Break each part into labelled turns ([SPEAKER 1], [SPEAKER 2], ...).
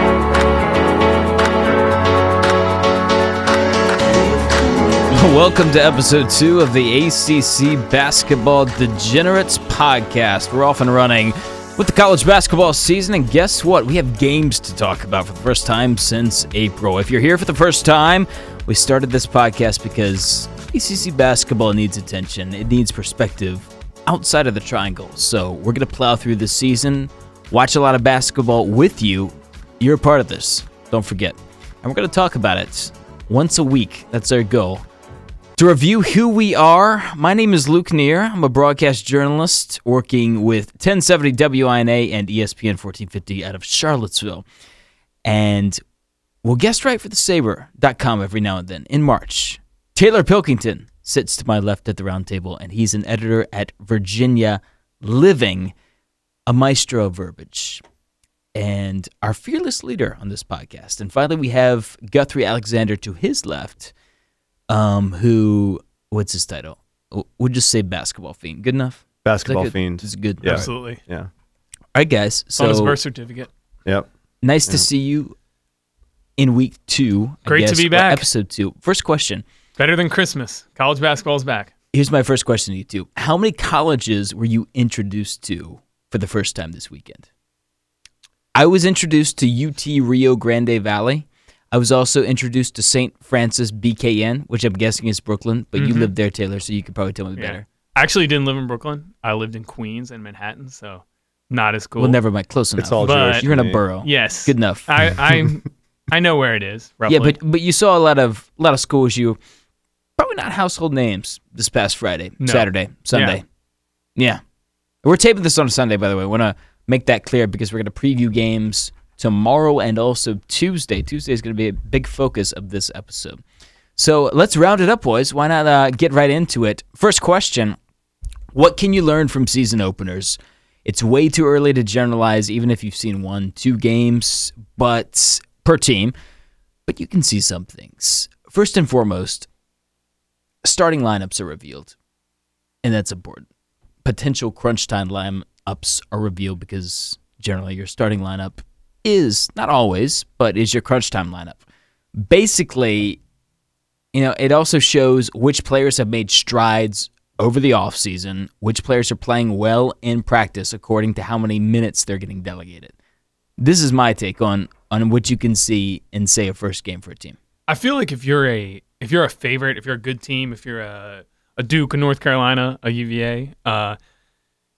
[SPEAKER 1] Welcome to episode two of the ACC Basketball Degenerates podcast. We're off and running with the college basketball season, and guess what? We have games to talk about for the first time since April. If you're here for the first time, we started this podcast because ACC basketball needs attention, it needs perspective outside of the triangle. So we're going to plow through this season, watch a lot of basketball with you. You're a part of this, don't forget. And we're going to talk about it once a week. That's our goal. To review who we are, my name is Luke Neer. I'm a broadcast journalist working with 1070 WINA and E ESPN 1450 out of Charlottesville. And we'll guest write for thesaber.com every now and then in March. Taylor Pilkington sits to my left at the round table, and he's an editor at Virginia Living, a maestro of verbiage and our fearless leader on this podcast. And finally, we have Guthrie Alexander to his left, um, who what's his title? W- We'll just say basketball fiend. Good enough. Is that
[SPEAKER 2] Basketball
[SPEAKER 1] good?
[SPEAKER 2] fiend.
[SPEAKER 1] It's good.
[SPEAKER 2] Yeah.
[SPEAKER 1] All right. All
[SPEAKER 3] Absolutely.
[SPEAKER 2] Yeah.
[SPEAKER 1] right, guys.
[SPEAKER 3] on his
[SPEAKER 1] So
[SPEAKER 3] birth certificate.
[SPEAKER 2] Yep.
[SPEAKER 1] nice to see you in week two. I
[SPEAKER 3] Great to
[SPEAKER 1] guess,
[SPEAKER 3] be
[SPEAKER 1] or
[SPEAKER 3] back.
[SPEAKER 1] Episode two. First question.
[SPEAKER 3] Better than Christmas. College basketball's back.
[SPEAKER 1] Here's my first question to you two. How many colleges were you introduced to for the first time this weekend? I was introduced to UT Rio Grande Valley. I was also introduced to St. Francis BKN, which I'm guessing is Brooklyn, but you live there, Taylor, so you could probably tell me
[SPEAKER 3] Mm-hmm. Yeah.
[SPEAKER 1] better.
[SPEAKER 3] I actually didn't live in Brooklyn. I lived in Queens and Manhattan, so not as cool.
[SPEAKER 1] Well, never mind. Close enough.
[SPEAKER 2] It's all
[SPEAKER 3] But-
[SPEAKER 2] Jewish.
[SPEAKER 1] You're in
[SPEAKER 2] to
[SPEAKER 1] a
[SPEAKER 2] me.
[SPEAKER 1] borough.
[SPEAKER 3] Yes.
[SPEAKER 1] Good enough.
[SPEAKER 3] I I'm I know where it is. Roughly.
[SPEAKER 1] yeah, but but you saw a lot of a lot of schools you probably not household names this past Friday,
[SPEAKER 3] No.
[SPEAKER 1] Saturday, Sunday. Yeah. We're taping this on a Sunday, by the way. want to make that clear because we're going to preview games tomorrow and also Tuesday. Tuesday is going to be a big focus of this episode. So let's round it up, boys. Why not uh, get right into it? First question What can you learn from season openers? It's way too early to generalize, even if you've seen one, two games, but per team but you can see some things. First and foremost, starting lineups are revealed, and that's important. Potential crunch time lineups are revealed because generally your starting lineup is not always, but is your crunch time lineup. Basically, you know, it also shows which players have made strides over the offseason, which players are playing well in practice according to how many minutes they're getting delegated. This is my take on on what you can see in say a first game for a team.
[SPEAKER 3] I feel like if you're a if you're a favorite, if you're a good team, if you're a a Duke, a North Carolina, a UVA, uh,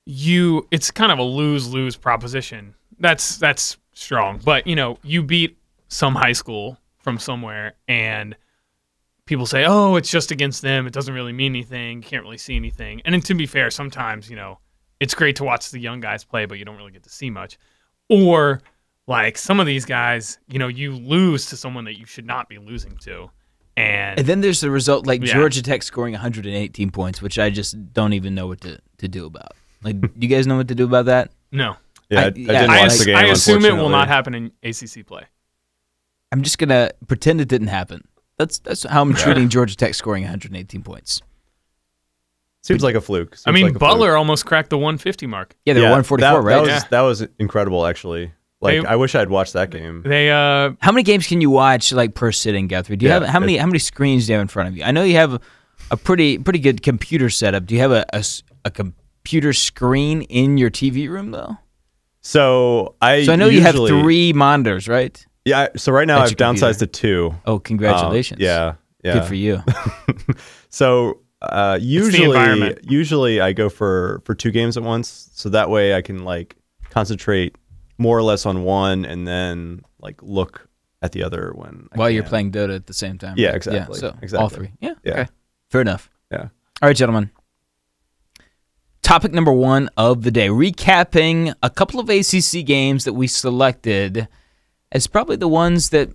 [SPEAKER 3] you it's kind of a lose lose proposition. That's that's strong, but you know you beat some high school from somewhere, and people say, "Oh, it's just against them. It doesn't really mean anything. You can't really see anything." And then, to be fair, sometimes you know it's great to watch the young guys play, but you don't really get to see much. Or like some of these guys, you know, you lose to someone that you should not be losing to, and
[SPEAKER 1] And then there's the result like
[SPEAKER 3] Yeah.
[SPEAKER 1] Georgia Tech scoring 118 points, which I just don't even know what to, to do about. Like, do you guys know what to do about that?
[SPEAKER 3] no,
[SPEAKER 2] Yeah, I,
[SPEAKER 1] I-
[SPEAKER 2] I
[SPEAKER 1] yeah,
[SPEAKER 2] didn't
[SPEAKER 1] I
[SPEAKER 2] watch
[SPEAKER 3] ass-
[SPEAKER 2] the game.
[SPEAKER 3] I assume it will
[SPEAKER 2] unfortunately.
[SPEAKER 3] not happen in ACC play.
[SPEAKER 1] I'm just gonna pretend it didn't happen. That's that's how I'm treating Georgia Tech scoring 118 points.
[SPEAKER 2] Seems like a fluke.
[SPEAKER 3] I
[SPEAKER 2] Seems
[SPEAKER 3] mean,
[SPEAKER 2] like a
[SPEAKER 3] Butler
[SPEAKER 2] fluke.
[SPEAKER 3] almost cracked the 150 mark.
[SPEAKER 1] Yeah, they were
[SPEAKER 2] Yeah,
[SPEAKER 1] 144,
[SPEAKER 2] that,
[SPEAKER 1] right?
[SPEAKER 2] That was,
[SPEAKER 3] Yeah.
[SPEAKER 2] that was incredible, actually. Like,
[SPEAKER 3] They-
[SPEAKER 2] I wish I'd watched that game.
[SPEAKER 3] They uh,
[SPEAKER 1] How many games can you watch like per sitting, Guthrie? Do you
[SPEAKER 2] Yeah,
[SPEAKER 1] have how many
[SPEAKER 2] it-
[SPEAKER 1] how many screens do you have in front of you? I know you have a, a pretty pretty good computer setup. Do you have a, a s- a computer screen in your TV room though?
[SPEAKER 2] So I.
[SPEAKER 1] So I know
[SPEAKER 2] usually,
[SPEAKER 1] you have three monitors, right?
[SPEAKER 2] Yeah. I- So right now
[SPEAKER 1] at
[SPEAKER 2] I've
[SPEAKER 1] your computer.
[SPEAKER 2] downsized to two.
[SPEAKER 1] Oh, congratulations!
[SPEAKER 2] Um, yeah. Yeah.
[SPEAKER 1] good for you.
[SPEAKER 2] So uh, usually,
[SPEAKER 3] environment.
[SPEAKER 2] usually I go for for two games at once, so that way I can like concentrate more or less on one, and then like look at the other when I
[SPEAKER 1] While you're
[SPEAKER 2] can.
[SPEAKER 1] playing Dota at the same time.
[SPEAKER 2] Yeah,
[SPEAKER 1] right?
[SPEAKER 2] exactly,
[SPEAKER 1] so all
[SPEAKER 2] exactly.
[SPEAKER 1] three. Yeah,
[SPEAKER 2] Yeah.
[SPEAKER 1] Okay. Fair enough.
[SPEAKER 2] Yeah.
[SPEAKER 1] All right, gentlemen. Topic number one of the day: recapping a couple of ACC games that we selected as probably the ones that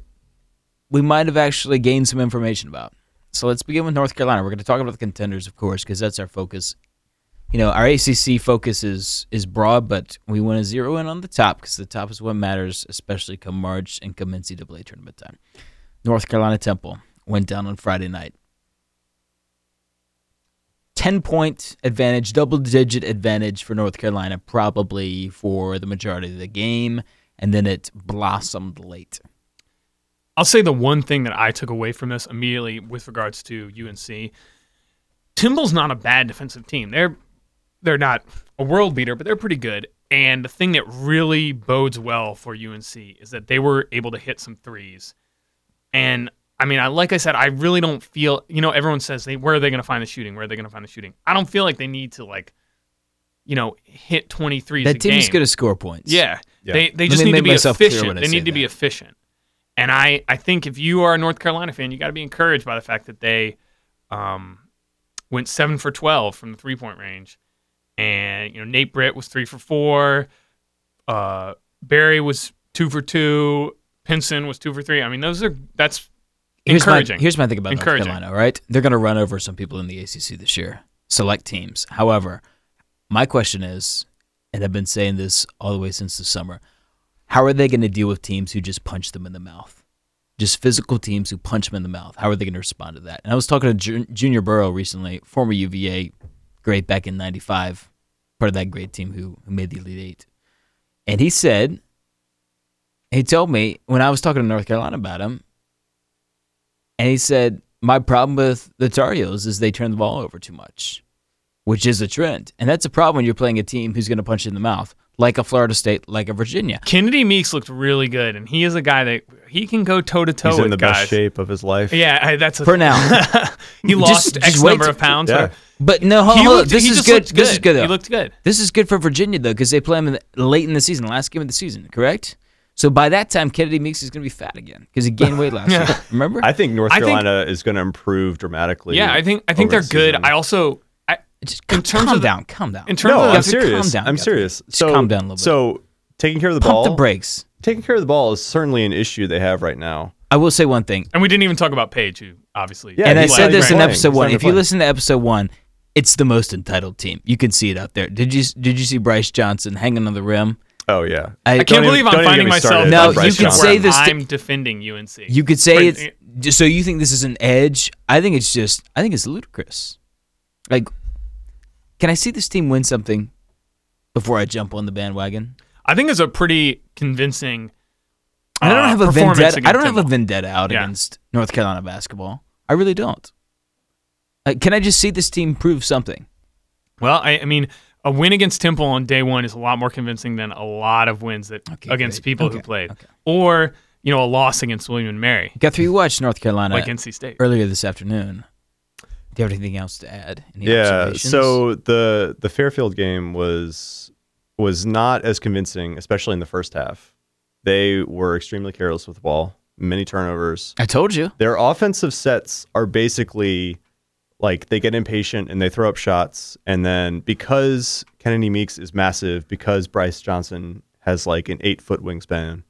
[SPEAKER 1] we might have actually gained some information about. So let's begin with North Carolina. We're going to talk about the contenders, of course, because that's our focus. You know, our ACC focus is is broad, but we want to zero in on the top because the top is what matters, especially come March and come NCAA tournament time. North Carolina Temple went down on Friday night. 10 point advantage, double digit advantage for North Carolina, probably for the majority of the game. And then it blossomed late.
[SPEAKER 3] I'll say the one thing that I took away from this immediately with regards to UNC. Timball's not a bad defensive team. They're they're not a world beater, but they're pretty good. And the thing that really bodes well for UNC is that they were able to hit some threes. And I mean, I like I said, I really don't feel you know, everyone says they where are they gonna find the shooting? Where are they gonna find the shooting? I don't feel like they need to like, you know, hit twenty threes.
[SPEAKER 1] That
[SPEAKER 3] a
[SPEAKER 1] team's
[SPEAKER 3] game.
[SPEAKER 1] going to score points.
[SPEAKER 3] Yeah.
[SPEAKER 2] Yeah.
[SPEAKER 3] They they
[SPEAKER 1] Let
[SPEAKER 3] just
[SPEAKER 1] me
[SPEAKER 3] need to
[SPEAKER 1] make
[SPEAKER 3] be
[SPEAKER 1] myself clear
[SPEAKER 3] efficient.
[SPEAKER 1] when I
[SPEAKER 3] They
[SPEAKER 1] say
[SPEAKER 3] need to be
[SPEAKER 1] that.
[SPEAKER 3] efficient. And I, I think if you are a North Carolina fan, you got to be encouraged by the fact that they um, went seven for 12 from the three point range. And, you know, Nate Britt was three for four. Uh, Barry was two for two. Pinson was two for three. I mean, those are, that's
[SPEAKER 1] Here's
[SPEAKER 3] encouraging.
[SPEAKER 1] My, here's my thing about North
[SPEAKER 3] Encouraging.
[SPEAKER 1] Carolina, right? They're going to run over some people in the ACC this year, select teams. However, my question is, and I've been saying this all the way since the summer, how are they going to deal with teams who just punch them in the mouth? Just physical teams who punch them in the mouth. How are they going to respond to that? And I was talking to Ju- Junior Burrow recently, former UVA great back in 95, part of that great team who, who made the Elite Eight. And he said, he told me when I was talking to North Carolina about him, and he said, My problem with the Tar Heels is they turn the ball over too much, which is a trend. And that's a problem when you're playing a team who's going to punch you in the mouth, like a Florida State, like a Virginia.
[SPEAKER 3] Kennedy Meeks looked really good. And he is a guy that he can go toe to toe
[SPEAKER 2] He's
[SPEAKER 3] with
[SPEAKER 2] in the
[SPEAKER 3] guys.
[SPEAKER 2] best shape of his life.
[SPEAKER 3] Yeah, I, that's a,
[SPEAKER 1] For now.
[SPEAKER 3] he
[SPEAKER 1] Just-
[SPEAKER 3] lost
[SPEAKER 1] just
[SPEAKER 3] X
[SPEAKER 1] wait
[SPEAKER 3] number
[SPEAKER 1] to-
[SPEAKER 3] of pounds.
[SPEAKER 2] Yeah.
[SPEAKER 3] whatever.
[SPEAKER 1] But no, hold,
[SPEAKER 3] He
[SPEAKER 1] on, hold on.
[SPEAKER 3] looked-
[SPEAKER 1] this
[SPEAKER 3] he
[SPEAKER 1] is
[SPEAKER 3] just
[SPEAKER 1] good.
[SPEAKER 3] looked
[SPEAKER 1] This is
[SPEAKER 3] good.
[SPEAKER 1] good.
[SPEAKER 3] He
[SPEAKER 1] though.
[SPEAKER 3] looked good.
[SPEAKER 1] This is good for Virginia though, because they play them in the, late in the season, last game of the season, correct? So by that time, Kennedy Meeks is going to be fat again because he gained weight last year. Remember?
[SPEAKER 2] I think North
[SPEAKER 3] I think-
[SPEAKER 2] Carolina is going to improve dramatically.
[SPEAKER 3] Yeah, I think I think
[SPEAKER 2] over
[SPEAKER 3] they're
[SPEAKER 2] the
[SPEAKER 3] good.
[SPEAKER 2] season.
[SPEAKER 3] I also I,
[SPEAKER 1] Just
[SPEAKER 3] in
[SPEAKER 1] calm,
[SPEAKER 3] terms
[SPEAKER 1] calm
[SPEAKER 3] of the-
[SPEAKER 1] down, calm down.
[SPEAKER 3] in terms
[SPEAKER 2] no,
[SPEAKER 3] of
[SPEAKER 2] I'm
[SPEAKER 1] Guthrie,
[SPEAKER 3] the,
[SPEAKER 1] calm
[SPEAKER 2] serious.
[SPEAKER 1] down,
[SPEAKER 2] I'm
[SPEAKER 1] Guthrie.
[SPEAKER 2] serious.
[SPEAKER 1] Just
[SPEAKER 2] So
[SPEAKER 1] calm down a little bit.
[SPEAKER 2] So taking care of the
[SPEAKER 1] pump
[SPEAKER 2] ball,
[SPEAKER 1] the brakes.
[SPEAKER 2] taking care of the ball is certainly an issue they have right now.
[SPEAKER 1] I will say one thing.
[SPEAKER 3] and we didn't even talk about Paige, who obviously
[SPEAKER 2] Yeah,
[SPEAKER 1] and I
[SPEAKER 2] he's
[SPEAKER 1] said
[SPEAKER 2] not
[SPEAKER 1] this in
[SPEAKER 2] even playing.
[SPEAKER 1] episode
[SPEAKER 2] He's not
[SPEAKER 1] one.
[SPEAKER 2] even
[SPEAKER 1] If you
[SPEAKER 2] playing.
[SPEAKER 1] listen to episode one, it's the most entitled team. You can see it out there. Did you did you see Bryce Johnson hanging on the rim?
[SPEAKER 2] Oh yeah.
[SPEAKER 3] I can't believe
[SPEAKER 2] don't even
[SPEAKER 3] I'm finding
[SPEAKER 2] get me
[SPEAKER 3] myself
[SPEAKER 2] started
[SPEAKER 3] in
[SPEAKER 1] on
[SPEAKER 3] a
[SPEAKER 1] Bryce
[SPEAKER 3] position
[SPEAKER 1] Johnson.
[SPEAKER 3] where
[SPEAKER 1] You could say this to-
[SPEAKER 3] I'm defending UNC.
[SPEAKER 1] You could say
[SPEAKER 3] But-
[SPEAKER 1] it's so. You think this is an edge? I think it's just. I think it's ludicrous. Like, can I see this team win something before I jump on the bandwagon?
[SPEAKER 3] I think it's a pretty convincing.
[SPEAKER 1] And I
[SPEAKER 3] uh,
[SPEAKER 1] don't have a
[SPEAKER 3] performance
[SPEAKER 1] vendetta. I
[SPEAKER 3] against
[SPEAKER 1] don't have a
[SPEAKER 3] Temple.
[SPEAKER 1] vendetta out
[SPEAKER 3] Yeah.
[SPEAKER 1] against North Carolina basketball. I really don't. Like, can I just see this team prove something?
[SPEAKER 3] Well, I, I mean, a win against Temple on day one is a lot more convincing than a lot of wins that
[SPEAKER 1] Okay,
[SPEAKER 3] against
[SPEAKER 1] great.
[SPEAKER 3] people who
[SPEAKER 1] Okay,
[SPEAKER 3] played,
[SPEAKER 1] okay.
[SPEAKER 3] or you know, a loss against William and Mary,
[SPEAKER 1] Guthrie, you watched North Carolina
[SPEAKER 3] like NC State.
[SPEAKER 1] earlier this afternoon. Do you have anything else to add? Any
[SPEAKER 2] Yeah.
[SPEAKER 1] observations?
[SPEAKER 2] So the the Fairfield game was was not as convincing, especially in the first half. They were extremely careless with the ball, many turnovers.
[SPEAKER 1] I told you.
[SPEAKER 2] Their offensive sets are basically like they get impatient and they throw up shots, and then because Kennedy Meeks is massive, because Bryce Johnson has like an eight foot wingspan,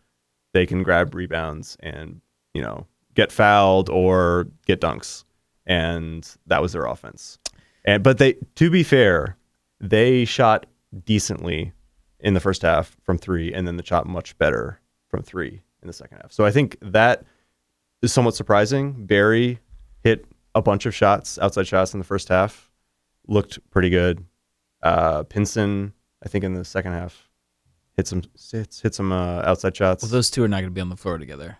[SPEAKER 2] they can grab rebounds and you know get fouled or get dunks, and that was their offense. And but they, to be fair, they shot decently in the first half from three, and then they shot much better from three in the second half. So I think that is somewhat surprising. Barry hit a bunch of shots, outside shots in the first half, looked pretty good. Uh, Pinson, I think in the second half, hit some hit, hit some uh, outside shots.
[SPEAKER 1] Well, those two are not going to be on the floor together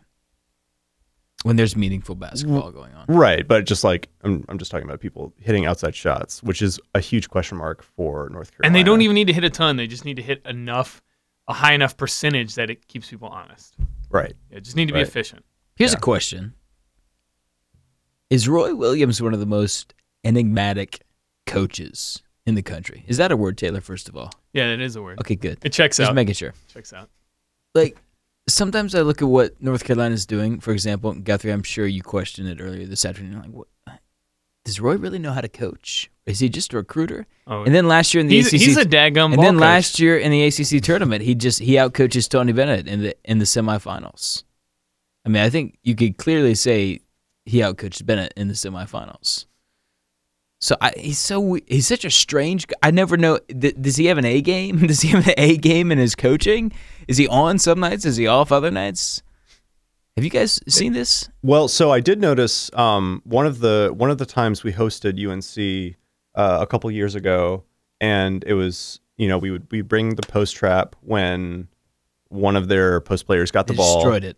[SPEAKER 1] when there's meaningful basketball going on.
[SPEAKER 2] Right, but just like I'm, I'm just talking about people hitting outside shots, which is a huge question mark for North Carolina.
[SPEAKER 3] And they don't even need to hit a ton; they just need to hit enough, a high enough percentage that it keeps people honest.
[SPEAKER 2] right.
[SPEAKER 3] Yeah, just need to be
[SPEAKER 2] Right.
[SPEAKER 3] efficient.
[SPEAKER 1] Here's a question Is Roy Williams one of the most enigmatic coaches in the country? Is that a word, Taylor, first of all?
[SPEAKER 3] Yeah, that is a word.
[SPEAKER 1] Okay, good.
[SPEAKER 3] It checks
[SPEAKER 1] Just
[SPEAKER 3] out.
[SPEAKER 1] making sure.
[SPEAKER 3] checks out.
[SPEAKER 1] like sometimes I look at what North Carolina's doing. For example, Guthrie, I'm sure you questioned it earlier this afternoon. Like, what does Roy really know how to coach? Is he just a recruiter?
[SPEAKER 3] Oh,
[SPEAKER 1] And then last year in the
[SPEAKER 3] he's,
[SPEAKER 1] ACC,
[SPEAKER 3] he's a daggum.
[SPEAKER 1] and then last year in the ACC tournament, he just he outcoaches Tony Bennett in the in the semifinals. I mean, I think you could clearly say he outcoached Bennett in the semifinals. So I, he's so we- he's such a strange. g- I never know. Th- does he have an A game? Does he have an A game in his coaching? Is he on some nights? Is he off other nights? Have you guys seen this?
[SPEAKER 2] Well, so I did notice um, one of the one of the times we hosted UNC uh, a couple years ago, and it was you know we would we bring the post trap when one of their post players got the
[SPEAKER 1] They
[SPEAKER 2] ball
[SPEAKER 1] destroyed it.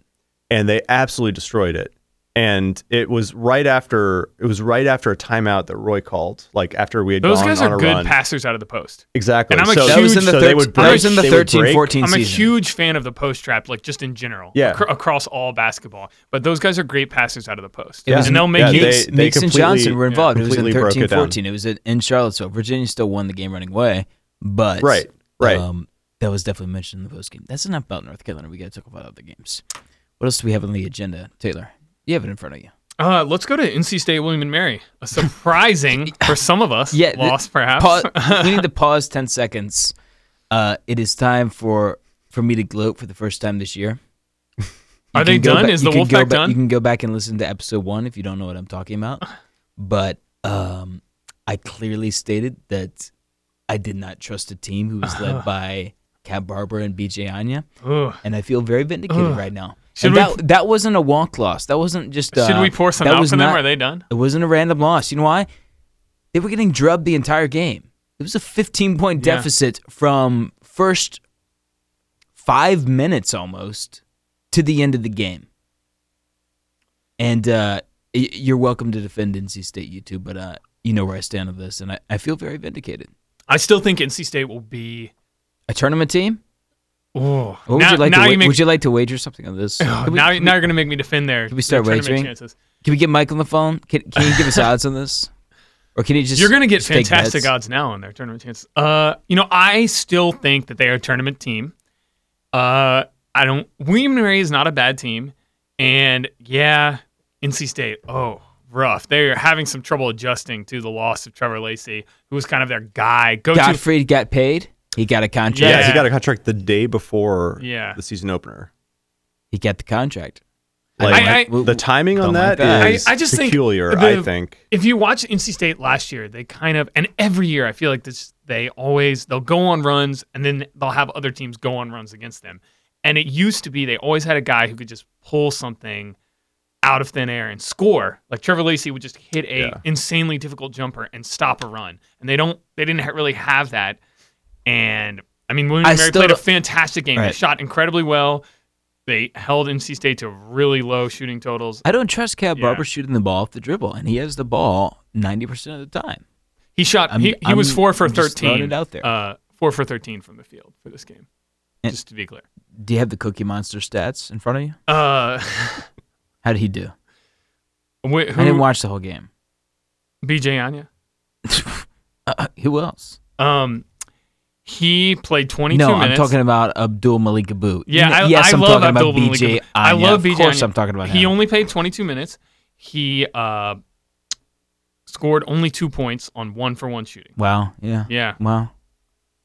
[SPEAKER 2] and they absolutely destroyed it. And it was right after it was right after a timeout that Roy called, like after we had
[SPEAKER 3] Those
[SPEAKER 2] gone
[SPEAKER 3] guys
[SPEAKER 2] on
[SPEAKER 3] are
[SPEAKER 2] a
[SPEAKER 3] good
[SPEAKER 2] run.
[SPEAKER 3] passers out of the post.
[SPEAKER 2] exactly.
[SPEAKER 3] and I'm a
[SPEAKER 2] so,
[SPEAKER 1] That was in
[SPEAKER 3] huge-
[SPEAKER 1] the,
[SPEAKER 2] so
[SPEAKER 1] thir-
[SPEAKER 2] they would break,
[SPEAKER 1] that was in the
[SPEAKER 2] they would
[SPEAKER 1] 13
[SPEAKER 2] break.
[SPEAKER 1] 14
[SPEAKER 3] I'm a
[SPEAKER 1] season.
[SPEAKER 3] huge fan of the post trap, like just in general,
[SPEAKER 2] Yeah.
[SPEAKER 3] acro- across all basketball. But those guys are great passers out of the post,
[SPEAKER 2] Yeah.
[SPEAKER 3] and they'll make
[SPEAKER 2] Yeah,
[SPEAKER 3] you.
[SPEAKER 2] they-
[SPEAKER 1] Meeks, Meeks and
[SPEAKER 2] completely-
[SPEAKER 1] Johnson were
[SPEAKER 2] yeah,
[SPEAKER 1] involved. it was in
[SPEAKER 2] completely broke
[SPEAKER 1] 13
[SPEAKER 2] it down.
[SPEAKER 1] 14. It was in- in Charlottesville. Virginia still won the game running away, but.
[SPEAKER 2] Right, right.
[SPEAKER 1] Um, that was definitely mentioned in the postgame. That's enough about North Carolina. We got to talk about other games. What else do we have on the agenda, Taylor? You have it in front of you.
[SPEAKER 3] Uh, let's go to NC State William and Mary. A surprising for some of us,
[SPEAKER 1] Yeah, th-
[SPEAKER 3] loss perhaps.
[SPEAKER 1] Pa- we need to pause 10 seconds. Uh, it is time for for me to gloat for the first time this year. You
[SPEAKER 3] Are they
[SPEAKER 1] can go
[SPEAKER 3] done?
[SPEAKER 1] ba-
[SPEAKER 3] Is
[SPEAKER 1] you
[SPEAKER 3] the
[SPEAKER 1] can go
[SPEAKER 3] Wolfpack
[SPEAKER 1] ba-
[SPEAKER 3] done?
[SPEAKER 1] You can go back and listen to episode one if you don't know what I'm talking about. But um, I clearly stated that I did not trust a team who was led by Cab Barber and BJ Anya,
[SPEAKER 3] Ugh.
[SPEAKER 1] and I feel very vindicated
[SPEAKER 3] Ugh.
[SPEAKER 1] right now. and
[SPEAKER 3] Should we-
[SPEAKER 1] that that wasn't a walk loss. That wasn't just. Uh,
[SPEAKER 3] Should we pour some
[SPEAKER 1] that
[SPEAKER 3] out
[SPEAKER 1] was
[SPEAKER 3] for them?
[SPEAKER 1] not-
[SPEAKER 3] Are they done?
[SPEAKER 1] it wasn't a random loss. You know why? They were getting drubbed the entire game. It was a 15 point
[SPEAKER 3] Yeah.
[SPEAKER 1] deficit from first five minutes almost to the end of the game. And uh, y- you're welcome to defend NC State, you two, but uh, you know where I stand on this, and I, I feel very vindicated.
[SPEAKER 3] I still think NC State will be.
[SPEAKER 1] A tournament team?
[SPEAKER 3] Oh,
[SPEAKER 1] What would
[SPEAKER 3] now,
[SPEAKER 1] you like?
[SPEAKER 3] now
[SPEAKER 1] to wa-
[SPEAKER 3] you make,
[SPEAKER 1] Would you like to wager something on this?
[SPEAKER 3] Oh,
[SPEAKER 1] Can we-
[SPEAKER 3] now,
[SPEAKER 1] can,
[SPEAKER 3] now
[SPEAKER 1] we,
[SPEAKER 3] you're gonna make me defend their.
[SPEAKER 1] Can we start
[SPEAKER 3] their tournament
[SPEAKER 1] wagering?
[SPEAKER 3] Chances.
[SPEAKER 1] can we get Mike on the phone? Can, can you give us odds on this, or can you just
[SPEAKER 3] You're going to get
[SPEAKER 1] just take
[SPEAKER 3] fantastic
[SPEAKER 1] bets?
[SPEAKER 3] odds now on their tournament chances. Uh, you know, I still think that they are a tournament team. Uh, I don't. William and Mary is not a bad team, and yeah, NC State. Oh, rough. They are having some trouble adjusting to the loss of Trevor Lacey, who was kind of their guy. Go to.
[SPEAKER 1] Godfrey got paid. He got a contract.
[SPEAKER 2] Yeah,
[SPEAKER 3] Yeah.
[SPEAKER 2] he got a contract the day before
[SPEAKER 3] Yeah.
[SPEAKER 2] the season opener.
[SPEAKER 1] He got the contract.
[SPEAKER 2] Like
[SPEAKER 3] I-
[SPEAKER 2] the timing
[SPEAKER 1] Don't
[SPEAKER 2] on
[SPEAKER 1] like
[SPEAKER 2] that is
[SPEAKER 1] that.
[SPEAKER 3] I- I just think
[SPEAKER 2] peculiar.
[SPEAKER 3] the-
[SPEAKER 2] I think
[SPEAKER 3] If you watch NC State last year, they kind of and every year I feel like this they always they'll go on runs and then they'll have other teams go on runs against them. And it used to be they always had a guy who could just pull something out of thin air and score. Like Trevor Lacey would just hit a
[SPEAKER 2] Yeah.
[SPEAKER 3] insanely difficult jumper and stop a run. And they don't they didn't ha- really have that. And I mean William
[SPEAKER 1] I
[SPEAKER 3] and Mary
[SPEAKER 1] still
[SPEAKER 3] played a
[SPEAKER 1] don't-
[SPEAKER 3] fantastic game. They
[SPEAKER 1] Right.
[SPEAKER 3] shot incredibly well. They held NC State to really low shooting totals.
[SPEAKER 1] I don't trust Cab
[SPEAKER 3] Yeah.
[SPEAKER 1] Barber shooting the ball off the dribble, and he has the ball 90% of the time.
[SPEAKER 3] He shot.
[SPEAKER 1] I'm-
[SPEAKER 3] he he was
[SPEAKER 1] I'm-
[SPEAKER 3] four for
[SPEAKER 1] I'm just
[SPEAKER 3] thirteen.
[SPEAKER 1] throwing it out there.
[SPEAKER 3] Uh, four for thirteen from the field for this game.
[SPEAKER 1] And-
[SPEAKER 3] just to be clear.
[SPEAKER 1] Do you have the Cookie Monster stats in front of you?
[SPEAKER 3] Uh,
[SPEAKER 1] How did he do?
[SPEAKER 3] wait,
[SPEAKER 1] I
[SPEAKER 3] who?
[SPEAKER 1] didn't watch the whole game.
[SPEAKER 3] BJ Anya.
[SPEAKER 1] Uh, who else?
[SPEAKER 3] Um, he played twenty-two
[SPEAKER 1] No,
[SPEAKER 3] minutes.
[SPEAKER 1] I'm talking about Abdul Malik Abu.
[SPEAKER 3] Yeah, I,
[SPEAKER 1] yes,
[SPEAKER 3] I
[SPEAKER 1] am
[SPEAKER 3] love
[SPEAKER 1] talking
[SPEAKER 3] Abdul
[SPEAKER 1] about BJ.
[SPEAKER 3] Malik. I
[SPEAKER 1] Anya.
[SPEAKER 3] love BJ.
[SPEAKER 1] Of course,
[SPEAKER 3] Anya.
[SPEAKER 1] I'm talking about
[SPEAKER 3] He
[SPEAKER 1] him.
[SPEAKER 3] only played 22 minutes. He uh, scored only two points on one for one shooting.
[SPEAKER 1] wow. Yeah.
[SPEAKER 3] Yeah.
[SPEAKER 1] Wow.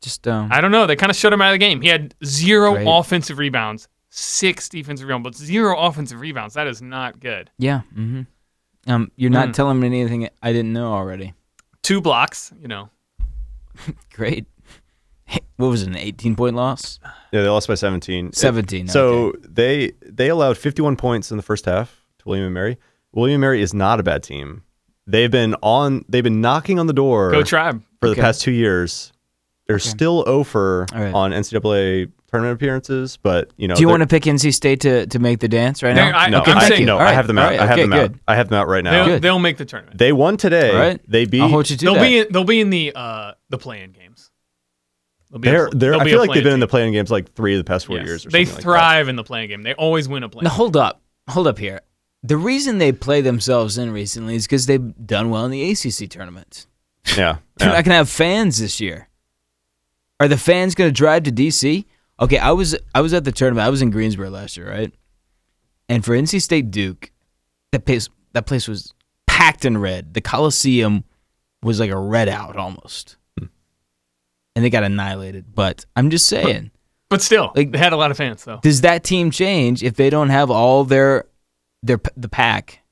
[SPEAKER 1] Just um.
[SPEAKER 3] I don't know. They kind of shut him out of the game. He had zero
[SPEAKER 1] Great.
[SPEAKER 3] offensive rebounds, six defensive rebounds, but zero offensive rebounds. That is not good.
[SPEAKER 1] yeah. Mm-hmm. Um. You're not
[SPEAKER 3] Mm.
[SPEAKER 1] telling me anything I didn't know already.
[SPEAKER 3] Two blocks. You know.
[SPEAKER 1] Great. what was it? An 18 point loss?
[SPEAKER 2] yeah, they lost by 17. It-
[SPEAKER 1] 17. okay.
[SPEAKER 2] So they they allowed 51 points in the first half to William and Mary. William and Mary is not a bad team. They've been on they've been knocking on the door
[SPEAKER 3] Go tribe.
[SPEAKER 2] for the
[SPEAKER 1] Okay.
[SPEAKER 2] past 2 years. They're still over
[SPEAKER 1] All right.
[SPEAKER 2] on NCAA tournament appearances, but you know
[SPEAKER 1] Do you
[SPEAKER 2] they're-
[SPEAKER 1] want to pick NC State to, to make the dance right
[SPEAKER 3] They're-
[SPEAKER 1] now?
[SPEAKER 3] I-
[SPEAKER 2] no,
[SPEAKER 3] okay,
[SPEAKER 2] I,
[SPEAKER 3] I'm saying-
[SPEAKER 2] no,
[SPEAKER 1] All right,
[SPEAKER 2] I have them out.
[SPEAKER 1] all right,
[SPEAKER 2] I have
[SPEAKER 1] okay,
[SPEAKER 2] them out.
[SPEAKER 1] good.
[SPEAKER 2] I have them out right now.
[SPEAKER 3] They'll,
[SPEAKER 1] Good.
[SPEAKER 3] they'll make the tournament.
[SPEAKER 2] They won today.
[SPEAKER 1] All right.
[SPEAKER 2] They beat
[SPEAKER 1] I'll hold you to
[SPEAKER 3] They'll
[SPEAKER 1] that.
[SPEAKER 3] be in, they'll be in the uh the play-in games. They'll be a
[SPEAKER 2] They're,
[SPEAKER 3] pl-
[SPEAKER 2] they're,
[SPEAKER 3] they'll
[SPEAKER 2] I
[SPEAKER 3] be a
[SPEAKER 2] feel like they've
[SPEAKER 3] play-in
[SPEAKER 2] been in the
[SPEAKER 3] team.
[SPEAKER 2] playing games like three of the past four
[SPEAKER 3] Yes.
[SPEAKER 2] years. Or
[SPEAKER 3] They
[SPEAKER 2] something
[SPEAKER 3] thrive in the play-in game. They always win a play.
[SPEAKER 1] now hold up, hold up here. The reason they play themselves in recently is because they've done well in the ACC tournament.
[SPEAKER 2] Like that. Yeah,
[SPEAKER 1] They're
[SPEAKER 2] yeah.
[SPEAKER 1] not gonna have fans this year. Are the fans gonna drive to DC? Okay, I was I was at the tournament. I was in Greensboro last year, right? And for NC State Duke, that place that place was packed in red. The Coliseum was like a red out almost,
[SPEAKER 2] Hmm.
[SPEAKER 1] and they got annihilated. But I'm just saying.
[SPEAKER 3] But still,
[SPEAKER 1] Like-
[SPEAKER 3] they had a lot of fans though.
[SPEAKER 1] does that team change if they don't have all their their p- the pack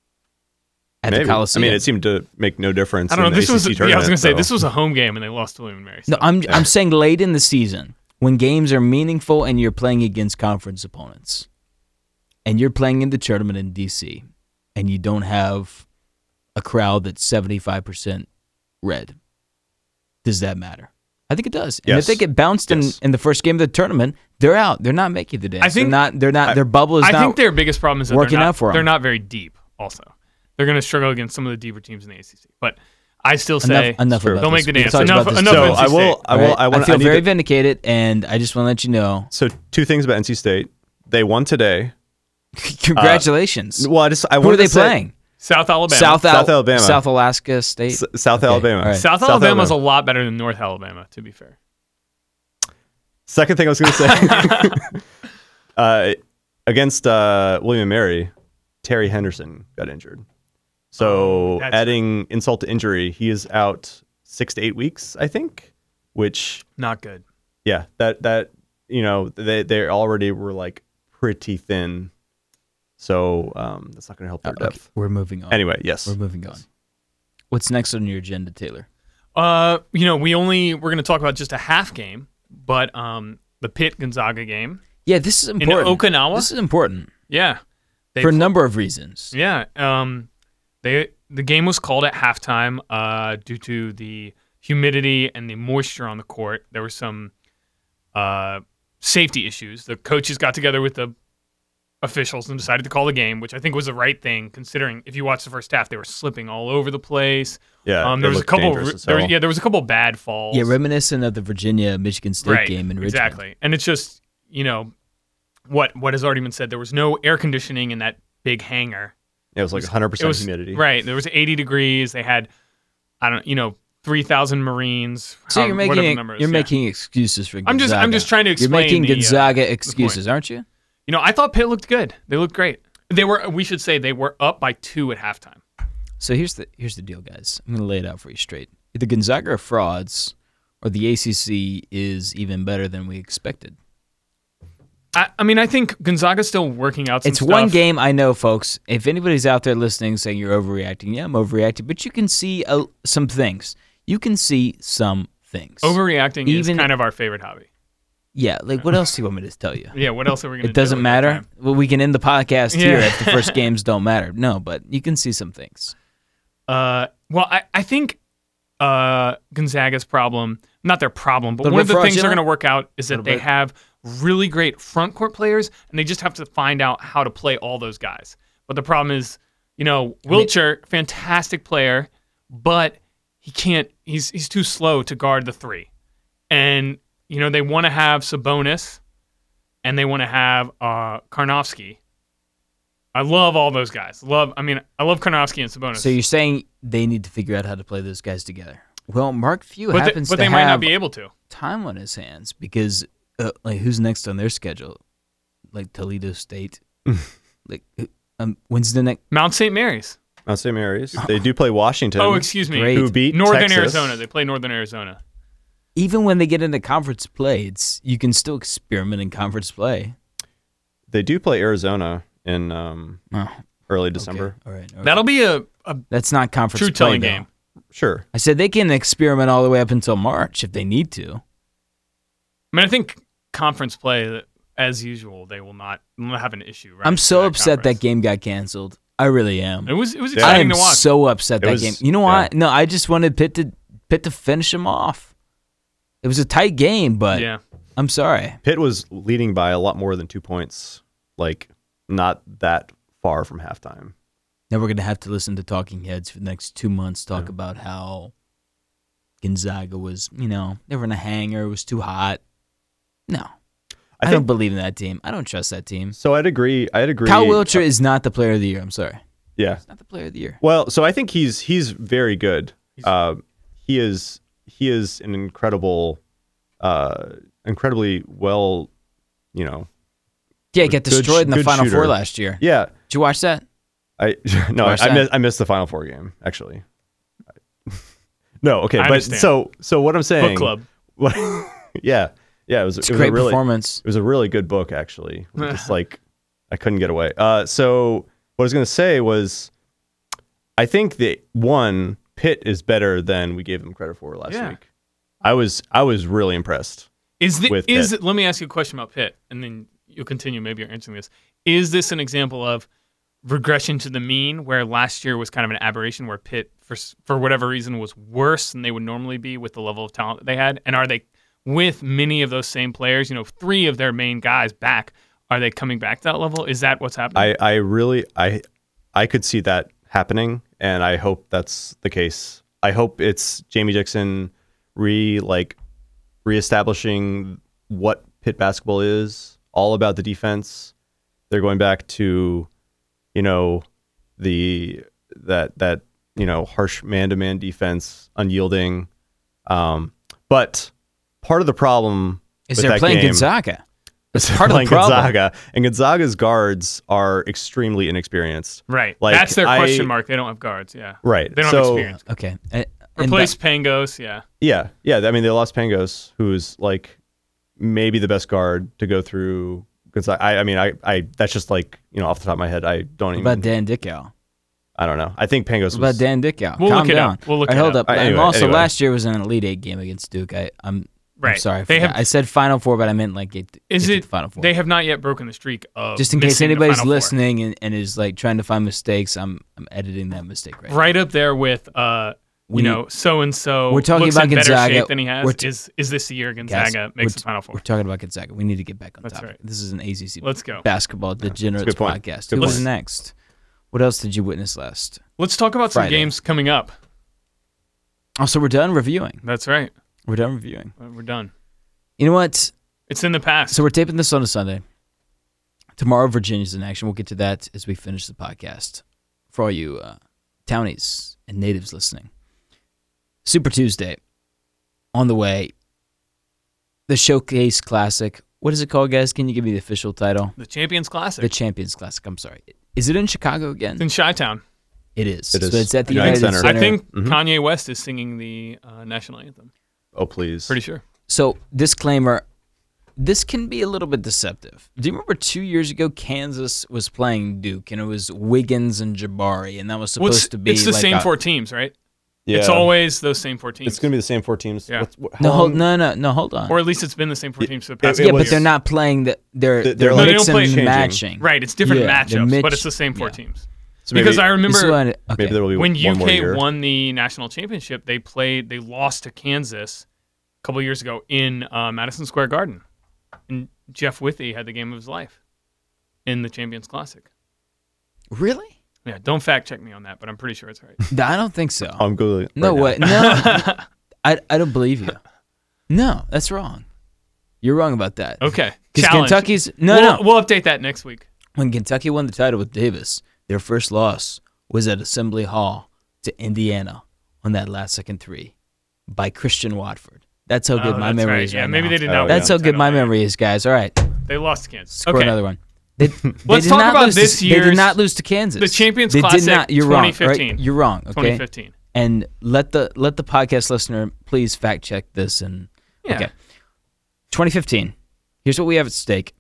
[SPEAKER 1] at
[SPEAKER 2] Maybe.
[SPEAKER 1] the Coliseum?
[SPEAKER 2] I mean, it seemed to make no difference.
[SPEAKER 3] I don't know.
[SPEAKER 2] in the
[SPEAKER 3] This was
[SPEAKER 2] ACC
[SPEAKER 3] yeah, I was gonna say
[SPEAKER 2] tournament,
[SPEAKER 3] this
[SPEAKER 2] so-
[SPEAKER 3] was a home game and they lost to William and Mary.
[SPEAKER 1] no,
[SPEAKER 3] so-
[SPEAKER 1] I'm I'm saying late in the season when games are meaningful and you're playing against conference opponents, and you're playing in the tournament in DC, and you don't have a crowd that's seventy five percent red. Does that matter? I think it does. And if
[SPEAKER 2] Yes.
[SPEAKER 1] they get bounced
[SPEAKER 2] Yes.
[SPEAKER 1] in, in the first game of the tournament, they're out. They're not making the dance. they're
[SPEAKER 3] think-
[SPEAKER 1] not. They're not. their bubble is
[SPEAKER 3] I
[SPEAKER 1] not.
[SPEAKER 3] think their biggest problem is that
[SPEAKER 1] working
[SPEAKER 3] they're not,
[SPEAKER 1] out for 'em.
[SPEAKER 3] They're not very deep. Also, they're going to struggle against some of the deeper teams in the ACC. But I still say
[SPEAKER 1] enough. Enough
[SPEAKER 2] True.
[SPEAKER 1] about
[SPEAKER 3] Don't
[SPEAKER 1] this.
[SPEAKER 3] make the
[SPEAKER 1] We've
[SPEAKER 3] dance.
[SPEAKER 1] talked
[SPEAKER 3] Enough-
[SPEAKER 1] about this
[SPEAKER 3] enough
[SPEAKER 1] too,
[SPEAKER 3] of
[SPEAKER 2] So
[SPEAKER 3] NC
[SPEAKER 2] I will.
[SPEAKER 3] State,
[SPEAKER 2] I will.
[SPEAKER 1] right?
[SPEAKER 2] I want.
[SPEAKER 1] feel
[SPEAKER 2] need
[SPEAKER 1] very
[SPEAKER 2] to-
[SPEAKER 1] vindicated, and I just want to let you know.
[SPEAKER 2] So two things about NC State. They won today. Uh,
[SPEAKER 1] Congratulations.
[SPEAKER 2] Well, I just I
[SPEAKER 1] Who are
[SPEAKER 2] wanted
[SPEAKER 1] they
[SPEAKER 2] to say-
[SPEAKER 1] playing?
[SPEAKER 3] South Alabama.
[SPEAKER 1] South, Al-
[SPEAKER 2] South Alabama.
[SPEAKER 1] South Alaska State.
[SPEAKER 2] S- South
[SPEAKER 1] Okay,
[SPEAKER 2] Alabama.
[SPEAKER 1] all right.
[SPEAKER 3] South Alabama is a lot better than North Alabama. To be fair,
[SPEAKER 2] Second thing I was going to say uh, against uh, William and Mary, Terry Henderson got injured. So
[SPEAKER 3] Oh, that's-
[SPEAKER 2] adding insult to injury, he is out six to eight weeks, I think. Which
[SPEAKER 3] not good.
[SPEAKER 2] yeah, that that you know they they already were like pretty thin, so um, that's not going to help their
[SPEAKER 1] Uh, Okay, Um,
[SPEAKER 2] depth.
[SPEAKER 1] We're moving on.
[SPEAKER 2] Anyway, yes,
[SPEAKER 1] We're moving on. What's next on your agenda, Taylor?
[SPEAKER 3] Uh, you know, we only we're going to talk about just a half game, but um, the Pitt Gonzaga game.
[SPEAKER 1] Yeah, this is important.
[SPEAKER 3] Okinawa?
[SPEAKER 1] This is important
[SPEAKER 3] Yeah, they
[SPEAKER 1] for a number of reasons.
[SPEAKER 3] Yeah. Um, they the game was called at halftime uh, due to the humidity and the moisture on the court. There were some uh, safety issues. The coaches got together with the officials and decided to call the game, which I think was the right thing considering if you watch the first half, they were slipping all over the place.
[SPEAKER 2] yeah.
[SPEAKER 3] um,
[SPEAKER 2] they
[SPEAKER 3] there was a
[SPEAKER 2] looked
[SPEAKER 3] couple.
[SPEAKER 2] dangerous
[SPEAKER 3] re-
[SPEAKER 2] as
[SPEAKER 3] there, was-
[SPEAKER 2] hell.
[SPEAKER 3] yeah, there was a couple bad falls.
[SPEAKER 1] Yeah, reminiscent of the Virginia Michigan State
[SPEAKER 3] right,
[SPEAKER 1] game in Richmond.
[SPEAKER 3] Exactly, and it's just you know what what has already been said. There was no air conditioning in that big hangar
[SPEAKER 2] It was like 100
[SPEAKER 3] it
[SPEAKER 2] percent
[SPEAKER 3] was-
[SPEAKER 2] humidity.
[SPEAKER 3] Right. There was 80 degrees. They had, I don't, you know, 3,000 Marines.
[SPEAKER 1] So you're
[SPEAKER 3] however- whatever Um, the
[SPEAKER 1] making e-
[SPEAKER 3] number is,
[SPEAKER 1] you're
[SPEAKER 3] yeah.
[SPEAKER 1] making excuses for Gonzaga.
[SPEAKER 3] I'm just- I'm just trying to
[SPEAKER 1] You're
[SPEAKER 3] explain
[SPEAKER 1] making
[SPEAKER 3] the, uh,
[SPEAKER 1] Gonzaga excuses, aren't you?
[SPEAKER 3] You know, I thought Pitt looked good. They looked great. They were. We should say they were up by two at halftime.
[SPEAKER 1] So here's the here's the deal, guys. I'm gonna lay it out for you straight. Either Gonzaga are frauds, or the ACC is even better than we expected.
[SPEAKER 3] I, I mean, I think Gonzaga's still working out. Some
[SPEAKER 1] it's one
[SPEAKER 3] stuff.
[SPEAKER 1] game I know, folks. If anybody's out there listening saying you're overreacting, yeah, I'm overreacting, but you can see uh, some things. You can see some things.
[SPEAKER 3] Overreacting
[SPEAKER 1] Even-
[SPEAKER 3] is kind of our favorite hobby.
[SPEAKER 1] yeah, like what else do you want me to tell you?
[SPEAKER 3] Yeah. What else are we gonna?
[SPEAKER 1] It doesn't
[SPEAKER 3] do at that
[SPEAKER 1] matter.
[SPEAKER 3] time?
[SPEAKER 1] Well, we can end the podcast here
[SPEAKER 3] Yeah.
[SPEAKER 1] if the first games don't matter. No, but you can see some things.
[SPEAKER 3] Uh, well, I, I think uh, Gonzaga's problem, not their problem, but
[SPEAKER 1] Little
[SPEAKER 3] one of
[SPEAKER 1] bit
[SPEAKER 3] the things they're
[SPEAKER 1] fraudulent?
[SPEAKER 3] going to work out is that they have really great front court players, and they just have to find out how to play all those guys. But the problem is, you know, Wilcher, fantastic player, but he can't. He's he's too slow to guard the three, and you know they want to have Sabonis, and they want to have uh, Karnofsky. I love all those guys. Love, I mean, I love Karnofsky and Sabonis.
[SPEAKER 1] So you're saying they need to figure out how to play those guys together. Well, Mark Few
[SPEAKER 3] but they,
[SPEAKER 1] happens
[SPEAKER 3] but
[SPEAKER 1] to
[SPEAKER 3] they might
[SPEAKER 1] have
[SPEAKER 3] not be able to.
[SPEAKER 1] time on his hands because uh, like who's next on their schedule? Like Toledo State. like who- um, when's the next?
[SPEAKER 3] Mount St. Mary's.
[SPEAKER 2] Mount St. Mary's. They do play Washington.
[SPEAKER 3] Oh, excuse me.
[SPEAKER 1] Great.
[SPEAKER 2] who beat
[SPEAKER 3] Northern
[SPEAKER 2] Texas.
[SPEAKER 3] Arizona. They play Northern Arizona.
[SPEAKER 1] Even when they get into conference play, it's you can still experiment in conference play.
[SPEAKER 2] They do play Arizona in um,
[SPEAKER 1] Oh, okay.
[SPEAKER 2] early December.
[SPEAKER 1] All right. all right.
[SPEAKER 3] That'll be a, a
[SPEAKER 1] That's not conference
[SPEAKER 3] true
[SPEAKER 1] play,
[SPEAKER 3] telling
[SPEAKER 1] though.
[SPEAKER 3] game.
[SPEAKER 2] Sure.
[SPEAKER 1] I said they can experiment all the way up until March if they need to.
[SPEAKER 3] I mean, I think conference play, as usual, they will not, will not have an issue. Right
[SPEAKER 1] I'm so upset that game got canceled. I really am.
[SPEAKER 3] It was it was
[SPEAKER 2] Yeah.
[SPEAKER 1] I
[SPEAKER 3] exciting
[SPEAKER 1] am
[SPEAKER 3] to watch.
[SPEAKER 1] so upset
[SPEAKER 2] It
[SPEAKER 1] that
[SPEAKER 2] was-
[SPEAKER 1] game. You know
[SPEAKER 2] yeah.
[SPEAKER 1] what? No, I just wanted Pitt to Pitt to finish him off. It was a tight game, but
[SPEAKER 3] yeah,
[SPEAKER 1] I'm sorry.
[SPEAKER 2] Pitt was leading by a lot more than two points, like not that far from halftime.
[SPEAKER 1] Now we're gonna have to listen to Talking Heads for the next two months talk about how Gonzaga was, you know, they were in a hangar, it was too hot. No. I,
[SPEAKER 2] I,
[SPEAKER 1] don't
[SPEAKER 2] think
[SPEAKER 1] believe in that team. I don't trust that team.
[SPEAKER 2] so. I'd agree. I'd agree.
[SPEAKER 1] Kyle Wilcher
[SPEAKER 2] uh,
[SPEAKER 1] is not the player of the year. I'm sorry.
[SPEAKER 2] Yeah.
[SPEAKER 1] He's not the player of the year.
[SPEAKER 2] Well, so I think he's he's very good. Uh, he is he is an incredible, uh, incredibly well, you know.
[SPEAKER 1] Yeah, he got
[SPEAKER 2] good
[SPEAKER 1] destroyed
[SPEAKER 2] sh-
[SPEAKER 1] in the
[SPEAKER 2] good
[SPEAKER 1] Final Four
[SPEAKER 2] shooter.
[SPEAKER 1] last year.
[SPEAKER 2] Yeah.
[SPEAKER 1] Did you watch that?
[SPEAKER 2] I no,
[SPEAKER 1] Watch
[SPEAKER 2] I
[SPEAKER 1] that.
[SPEAKER 2] miss, I missed the final four game actually. no, okay,
[SPEAKER 3] I
[SPEAKER 2] but
[SPEAKER 3] understand.
[SPEAKER 2] so so what I'm saying,
[SPEAKER 3] book club.
[SPEAKER 2] what- yeah, yeah, it was,
[SPEAKER 1] It's
[SPEAKER 2] it
[SPEAKER 1] a
[SPEAKER 2] was
[SPEAKER 1] great
[SPEAKER 2] a really,
[SPEAKER 1] performance.
[SPEAKER 2] It was a really good book actually. It was Just like I couldn't get away. Uh, so what I was gonna say was, I think that one Pitt is better than we gave him credit for last
[SPEAKER 3] Yeah.
[SPEAKER 2] week. I was I was really impressed.
[SPEAKER 3] Is the,
[SPEAKER 2] with
[SPEAKER 3] is
[SPEAKER 2] Pitt.
[SPEAKER 3] it, let me ask you a question about Pitt, and then you'll continue. Maybe you're answering this. Is this an example of regression to the mean, where last year was kind of an aberration, where Pitt for s- for whatever reason was worse than they would normally be with the level of talent that they had? And are they with many of those same players? You know, three of their main guys back. Are they coming back to that level? Is that what's happening?
[SPEAKER 2] I, I really I I could see that happening and I hope that's the case. I hope it's Jamie Dixon re like reestablishing what pit basketball is, all about the defense. They're going back to, you know, the that that, you know, harsh man to man defense, unyielding. Um but part of the problem
[SPEAKER 1] Is
[SPEAKER 2] with
[SPEAKER 1] they're
[SPEAKER 2] that
[SPEAKER 1] playing
[SPEAKER 2] game,
[SPEAKER 1] Gonzaga? That's
[SPEAKER 2] they're
[SPEAKER 1] part of the
[SPEAKER 2] playing
[SPEAKER 1] problem.
[SPEAKER 2] Gonzaga, and Gonzaga's guards are extremely inexperienced.
[SPEAKER 3] right.
[SPEAKER 2] like,
[SPEAKER 3] That's their
[SPEAKER 2] I-
[SPEAKER 3] question mark. They don't have guards. Yeah.
[SPEAKER 2] Right.
[SPEAKER 3] They don't have
[SPEAKER 2] so,
[SPEAKER 3] experience.
[SPEAKER 1] Okay. Uh, and
[SPEAKER 3] Replace Pangos. Yeah.
[SPEAKER 2] Yeah, yeah. I mean, they lost Pangos, who's like maybe the best guard to go through. Gonzaga. I, I mean, I, I that's just like you know off the top of my head. I don't
[SPEAKER 1] that-
[SPEAKER 2] even.
[SPEAKER 1] about Dan Dickow?
[SPEAKER 2] I don't know. I think Pangos
[SPEAKER 1] What about
[SPEAKER 2] was.
[SPEAKER 1] Dan Dickow?
[SPEAKER 3] We'll
[SPEAKER 1] Calm
[SPEAKER 3] look it
[SPEAKER 1] down.
[SPEAKER 3] up. We'll look
[SPEAKER 1] I
[SPEAKER 3] it
[SPEAKER 1] hold
[SPEAKER 3] up.
[SPEAKER 1] up.
[SPEAKER 2] Uh,
[SPEAKER 1] and
[SPEAKER 2] anyway,
[SPEAKER 1] also,
[SPEAKER 2] anyway.
[SPEAKER 1] last year was an Elite Eight game against Duke. I, I'm,
[SPEAKER 3] Right.
[SPEAKER 1] I'm sorry. For
[SPEAKER 3] They
[SPEAKER 1] that.
[SPEAKER 3] have-
[SPEAKER 1] I said Final Four, but I meant like it.
[SPEAKER 3] Is
[SPEAKER 1] it's
[SPEAKER 3] it-
[SPEAKER 1] the Final Four?
[SPEAKER 3] They have not yet broken the streak of
[SPEAKER 1] Just in case
[SPEAKER 3] missing the
[SPEAKER 1] anybody's
[SPEAKER 3] Final Four.
[SPEAKER 1] listening and, and is like trying to find mistakes, I'm I'm editing that mistake right. now.
[SPEAKER 3] right up there with uh
[SPEAKER 1] We-
[SPEAKER 3] you know so and so
[SPEAKER 1] we're talking
[SPEAKER 3] looks
[SPEAKER 1] about
[SPEAKER 3] in
[SPEAKER 1] Gonzaga.
[SPEAKER 3] better shape than he
[SPEAKER 1] We're
[SPEAKER 3] has
[SPEAKER 1] t-
[SPEAKER 3] is is this the year
[SPEAKER 1] Guys,
[SPEAKER 3] Gonzaga
[SPEAKER 1] we're
[SPEAKER 3] makes
[SPEAKER 1] t-
[SPEAKER 3] the final
[SPEAKER 1] We're
[SPEAKER 3] four.
[SPEAKER 1] talking about Gonzaga. We need to get back on
[SPEAKER 3] That's
[SPEAKER 1] topic.
[SPEAKER 3] right.
[SPEAKER 1] This is an ACC
[SPEAKER 3] Let's go.
[SPEAKER 1] basketball degenerates
[SPEAKER 2] good point.
[SPEAKER 1] podcast.
[SPEAKER 2] Good
[SPEAKER 1] Who was
[SPEAKER 3] point.
[SPEAKER 1] next? What else did you witness last?
[SPEAKER 3] Let's talk about some
[SPEAKER 1] Friday.
[SPEAKER 3] games coming up.
[SPEAKER 1] Oh, so we're done reviewing.
[SPEAKER 3] That's right.
[SPEAKER 1] We're done reviewing.
[SPEAKER 3] Uh, We're done.
[SPEAKER 1] You know what?
[SPEAKER 3] It's in the past.
[SPEAKER 1] So we're taping this on a Sunday. Tomorrow, Virginia's in action. We'll get to that as we finish the podcast. For all you uh, townies and natives listening, Super Tuesday on the way. The Showcase Classic. What is it called, guys? Can you give me the official title?
[SPEAKER 3] the Champions Classic.
[SPEAKER 1] The Champions Classic. I'm sorry. Is it in Chicago again?
[SPEAKER 3] it's in Chi Town.
[SPEAKER 1] It is.
[SPEAKER 2] It
[SPEAKER 1] So
[SPEAKER 2] is.
[SPEAKER 1] it's at the United,
[SPEAKER 2] United
[SPEAKER 1] Center.
[SPEAKER 2] Center.
[SPEAKER 3] I think
[SPEAKER 1] Mm-hmm.
[SPEAKER 2] Mhm.
[SPEAKER 3] Kanye West is singing the uh, national anthem.
[SPEAKER 2] oh please.
[SPEAKER 3] Pretty sure.
[SPEAKER 1] So disclaimer, this can be a little bit deceptive. Do you remember two years ago Kansas was playing Duke and it was Wiggins and Jabari and that was
[SPEAKER 3] Well,
[SPEAKER 1] supposed
[SPEAKER 3] it's,
[SPEAKER 1] to be
[SPEAKER 3] it's the
[SPEAKER 1] like
[SPEAKER 3] same
[SPEAKER 1] a-
[SPEAKER 3] four teams, right?
[SPEAKER 2] yeah.
[SPEAKER 3] It's always those same four teams.
[SPEAKER 2] It's gonna be the same four teams.
[SPEAKER 3] Yeah.
[SPEAKER 2] What's- what- how
[SPEAKER 1] No, hold,
[SPEAKER 2] long-
[SPEAKER 1] no, no, no, hold on.
[SPEAKER 3] or at least it's been the same four
[SPEAKER 2] It-
[SPEAKER 3] teams for the
[SPEAKER 2] it-
[SPEAKER 3] past.
[SPEAKER 2] it
[SPEAKER 1] yeah,
[SPEAKER 3] couple
[SPEAKER 1] but
[SPEAKER 2] was-
[SPEAKER 1] they're
[SPEAKER 3] years.
[SPEAKER 1] not playing the they're
[SPEAKER 2] They're
[SPEAKER 1] they're,
[SPEAKER 2] like-
[SPEAKER 1] mix
[SPEAKER 3] They don't play-
[SPEAKER 1] and
[SPEAKER 2] Changing.
[SPEAKER 1] matching.
[SPEAKER 3] Right, it's different
[SPEAKER 1] Yeah, the
[SPEAKER 3] matchups,
[SPEAKER 1] Mitch-
[SPEAKER 3] but it's the same four
[SPEAKER 1] yeah.
[SPEAKER 3] teams.
[SPEAKER 2] so maybe-
[SPEAKER 3] because I
[SPEAKER 1] This is
[SPEAKER 3] remember
[SPEAKER 1] what I- okay.
[SPEAKER 2] maybe there will be
[SPEAKER 3] when
[SPEAKER 2] one more year.
[SPEAKER 3] UK won the national championship, they played. They lost to Kansas a couple years ago in uh, Madison Square Garden, and Jeff Withey had the game of his life in the Champions Classic.
[SPEAKER 1] really?
[SPEAKER 3] Yeah, don't fact check me on that, but I'm pretty sure it's right.
[SPEAKER 1] No, I don't think so.
[SPEAKER 2] I'm googling. it
[SPEAKER 1] no
[SPEAKER 2] right now.
[SPEAKER 1] way. No. I I don't believe you. No, that's wrong. You're wrong about that.
[SPEAKER 3] Okay,
[SPEAKER 1] Because
[SPEAKER 3] challenge.
[SPEAKER 1] Kentucky's no
[SPEAKER 3] we'll,
[SPEAKER 1] no.
[SPEAKER 3] We'll update that next week.
[SPEAKER 1] When Kentucky won the title with Davis, their first loss was at Assembly Hall to Indiana on that last second three by Christian Watford. That's how good
[SPEAKER 3] Oh,
[SPEAKER 1] my
[SPEAKER 3] that's
[SPEAKER 1] memory
[SPEAKER 3] right.
[SPEAKER 1] is.
[SPEAKER 3] Yeah,
[SPEAKER 1] right
[SPEAKER 3] maybe
[SPEAKER 1] now.
[SPEAKER 3] they did
[SPEAKER 2] Oh,
[SPEAKER 3] not. win
[SPEAKER 1] That's
[SPEAKER 3] the
[SPEAKER 1] how good
[SPEAKER 3] title
[SPEAKER 1] my
[SPEAKER 3] that year.
[SPEAKER 1] memory is, guys. All right,
[SPEAKER 3] They lost to Kansas.
[SPEAKER 1] score
[SPEAKER 3] okay,
[SPEAKER 1] another one. They, they
[SPEAKER 3] Let's
[SPEAKER 1] did
[SPEAKER 3] talk
[SPEAKER 1] not
[SPEAKER 3] about
[SPEAKER 1] lose
[SPEAKER 3] this
[SPEAKER 1] to, They did
[SPEAKER 3] year's-
[SPEAKER 1] not lose to Kansas.
[SPEAKER 3] the Champions
[SPEAKER 1] they
[SPEAKER 3] Classic
[SPEAKER 1] did not. You're wrong. right?
[SPEAKER 3] 2015.
[SPEAKER 1] You're wrong. Okay.
[SPEAKER 3] 2015.
[SPEAKER 1] And let the let the podcast listener please fact check this and
[SPEAKER 3] Yeah.
[SPEAKER 1] Okay. 2015. Here's what we have at stake.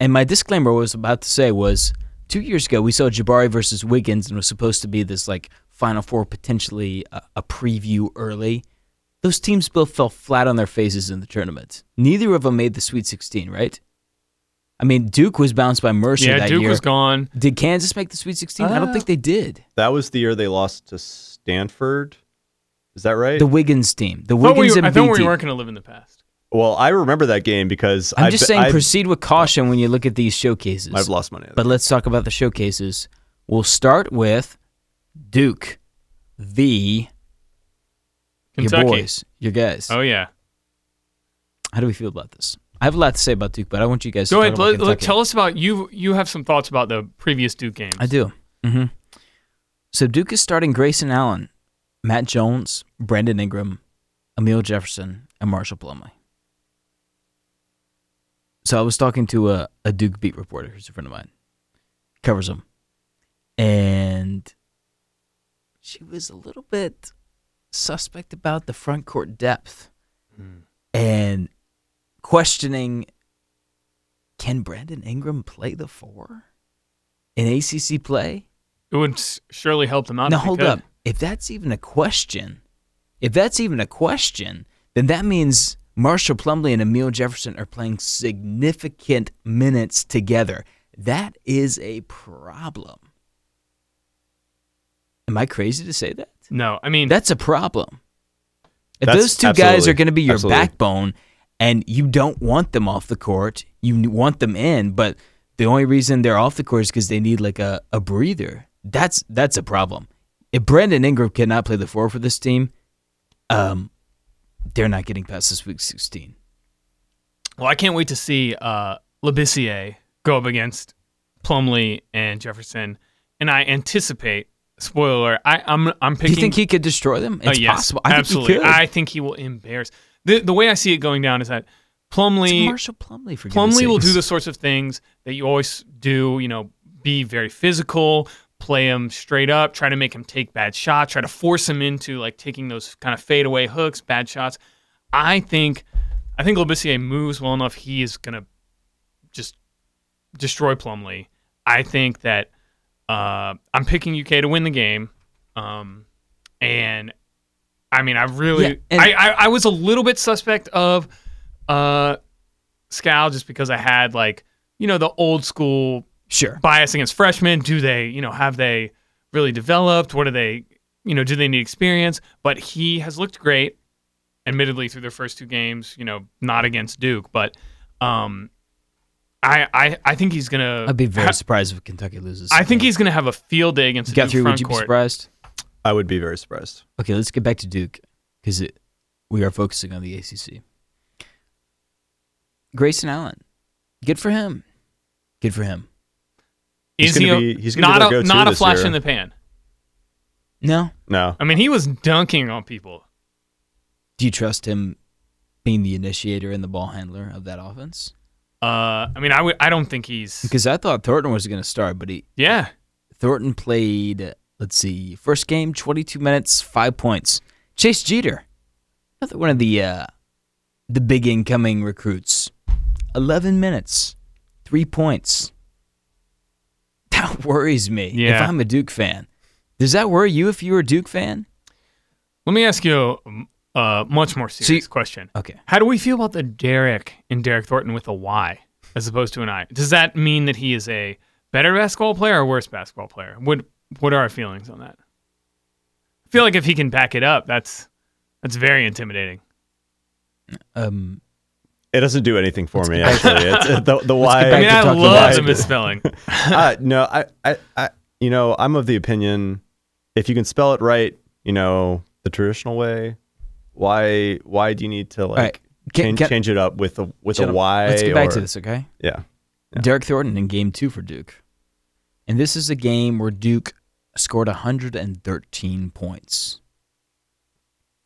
[SPEAKER 1] And my disclaimer what I was about to say was two years ago we saw Jabari versus Wiggins and it was supposed to be this like Final Four potentially a, a preview early. Those teams both fell flat on their faces in the tournament. Neither of them made the Sweet 16, right? I mean, Duke was bounced by Mercer
[SPEAKER 3] Yeah,
[SPEAKER 1] that
[SPEAKER 3] Duke
[SPEAKER 1] year.
[SPEAKER 3] was gone.
[SPEAKER 1] Did Kansas make the Sweet 16? I don't
[SPEAKER 3] Uh,
[SPEAKER 1] think they did.
[SPEAKER 2] That was the year they lost to Stanford. Is that right?
[SPEAKER 1] The Wiggins team, the
[SPEAKER 3] Thought
[SPEAKER 1] Wiggins
[SPEAKER 3] we,
[SPEAKER 1] and
[SPEAKER 3] Uh, I thought
[SPEAKER 1] BT.
[SPEAKER 3] we weren't going to live in the past.
[SPEAKER 2] well, I remember that game because
[SPEAKER 1] I'm
[SPEAKER 2] I've
[SPEAKER 1] just
[SPEAKER 2] been-
[SPEAKER 1] saying,
[SPEAKER 2] I've,
[SPEAKER 1] proceed with caution when you look at these showcases.
[SPEAKER 2] I've lost money.
[SPEAKER 1] But let's talk about the showcases. We'll start with Duke, the
[SPEAKER 3] Kentucky.
[SPEAKER 1] your boys, your guys.
[SPEAKER 3] Oh yeah.
[SPEAKER 1] How do we feel about this? I have a lot to say about Duke, but I want you guys
[SPEAKER 3] Go
[SPEAKER 1] to
[SPEAKER 3] ahead.
[SPEAKER 1] talk
[SPEAKER 3] Let,
[SPEAKER 1] about
[SPEAKER 3] let-
[SPEAKER 1] Kentucky.
[SPEAKER 3] tell us about you. You have some thoughts about the previous Duke games.
[SPEAKER 1] I do. hmm So Duke is starting Grayson Allen, Matt Jones, Brandon Ingram, Emil Jefferson, and Marshall Plumley. So I was talking to a, a Duke beat reporter who's a friend of mine, covers him, and she was a little bit suspect about the front court depth and questioning can Brandon Ingram play the four in ACC play?
[SPEAKER 3] It would s- surely help them out.
[SPEAKER 1] Now
[SPEAKER 3] if they
[SPEAKER 1] hold
[SPEAKER 3] could.
[SPEAKER 1] up. If that's even a question, if that's even a question, then that means Marshall Plumley and Emil Jefferson are playing significant minutes together. That is a problem. Am I crazy to say that?
[SPEAKER 3] No, I mean
[SPEAKER 1] That's a problem. If
[SPEAKER 2] That's-
[SPEAKER 1] those two guys
[SPEAKER 2] absolutely.
[SPEAKER 1] are going to be your
[SPEAKER 2] Absolutely.
[SPEAKER 1] backbone and you don't want them off the court, you n- want them in, but the only reason they're off the court is because they need like a, a breather. That's that's a problem. If Brandon Ingram cannot play the four for this team, um, they're not getting past this week 16.
[SPEAKER 3] well, I can't wait to see uh Labissier go up against Plumlee and Jefferson, and I anticipate spoiler. I, I'm I'm
[SPEAKER 1] Do
[SPEAKER 3] picking.
[SPEAKER 1] you think he could destroy them?
[SPEAKER 3] Oh,
[SPEAKER 1] It's
[SPEAKER 3] yes,
[SPEAKER 1] possible. I
[SPEAKER 3] absolutely.
[SPEAKER 1] think he could.
[SPEAKER 3] I think he will embarrass. The the way I see it going down is that
[SPEAKER 1] It's
[SPEAKER 3] Plumlee
[SPEAKER 1] Marshall Plumley for goodness
[SPEAKER 3] Plumlee will do
[SPEAKER 1] sakes.
[SPEAKER 3] the sorts of things that you always do. You know, be very physical, play him straight up, try to make him take bad shots, try to force him into like taking those kind of fadeaway hooks, bad shots. I think, I think Labissiere moves well enough. He is gonna just destroy Plumlee. I think that uh, I'm picking UK to win the game, um, and I mean, I really,
[SPEAKER 1] Yeah, and-
[SPEAKER 3] I, I, I was a little bit suspect of uh, Scal just because I had like you know the old school
[SPEAKER 1] Sure.
[SPEAKER 3] bias against freshmen. Do they you know have they really developed? What are they you know do they need experience? But he has looked great, admittedly through their first two games. You know not against Duke, but um, I I I think he's gonna.
[SPEAKER 1] I'd be very
[SPEAKER 3] ha-
[SPEAKER 1] surprised if Kentucky loses.
[SPEAKER 3] I think he's gonna have a field day against the
[SPEAKER 1] got
[SPEAKER 3] Duke
[SPEAKER 1] through.
[SPEAKER 3] front
[SPEAKER 1] Would you be
[SPEAKER 3] court.
[SPEAKER 1] surprised?
[SPEAKER 2] I would be very surprised.
[SPEAKER 1] Okay, let's get back to Duke because we are focusing on the ACC. Grayson Allen, good for him. Good for him.
[SPEAKER 2] He's
[SPEAKER 3] Is
[SPEAKER 2] gonna
[SPEAKER 3] he a,
[SPEAKER 2] be- he's gonna be
[SPEAKER 3] not
[SPEAKER 2] their
[SPEAKER 3] a
[SPEAKER 2] go-to
[SPEAKER 3] not a
[SPEAKER 2] this
[SPEAKER 3] flash
[SPEAKER 2] year.
[SPEAKER 3] in the pan?
[SPEAKER 1] No,
[SPEAKER 2] No,
[SPEAKER 3] I mean, he was dunking on people.
[SPEAKER 1] do you trust him being the initiator and the ball handler of that offense?
[SPEAKER 3] Uh, I mean, I would. I don't think he's.
[SPEAKER 1] Because I thought Thornton was going to start, but he
[SPEAKER 3] yeah,
[SPEAKER 1] Thornton played. Let's see, first game, twenty-two minutes, five points. Chase Jeter, another one of the uh, the big incoming recruits. Eleven minutes, three points. That worries me.
[SPEAKER 3] Yeah.
[SPEAKER 1] If I'm a Duke fan, does that worry you? If you were a Duke fan,
[SPEAKER 3] Let me ask you a uh, much more serious
[SPEAKER 1] See-
[SPEAKER 3] question.
[SPEAKER 1] okay.
[SPEAKER 3] How do we feel about the Derek and Derek Thornton with a Y as opposed to an I? Does that mean that he is a better basketball player or worse basketball player? What What are our feelings on that? I feel like if he can back it up, that's that's very intimidating.
[SPEAKER 1] Um,
[SPEAKER 2] it doesn't do anything for me. Actually, it's, uh, the the why.
[SPEAKER 1] back
[SPEAKER 3] I mean,
[SPEAKER 1] to
[SPEAKER 3] I
[SPEAKER 1] talking
[SPEAKER 3] love the
[SPEAKER 2] about-
[SPEAKER 3] misspelling.
[SPEAKER 2] uh, no, I, I, I, you know, I'm of the opinion if you can spell it right, you know, the traditional way. Why, why do you need to like
[SPEAKER 1] right. Can-
[SPEAKER 2] change,
[SPEAKER 1] can-
[SPEAKER 2] change it up with a with a
[SPEAKER 1] gentlemen,
[SPEAKER 2] Y?
[SPEAKER 1] let's get back
[SPEAKER 2] or-
[SPEAKER 1] to this, okay?
[SPEAKER 2] Yeah,
[SPEAKER 1] Derek Thornton in game two for Duke. And this is a game where Duke scored 113 points.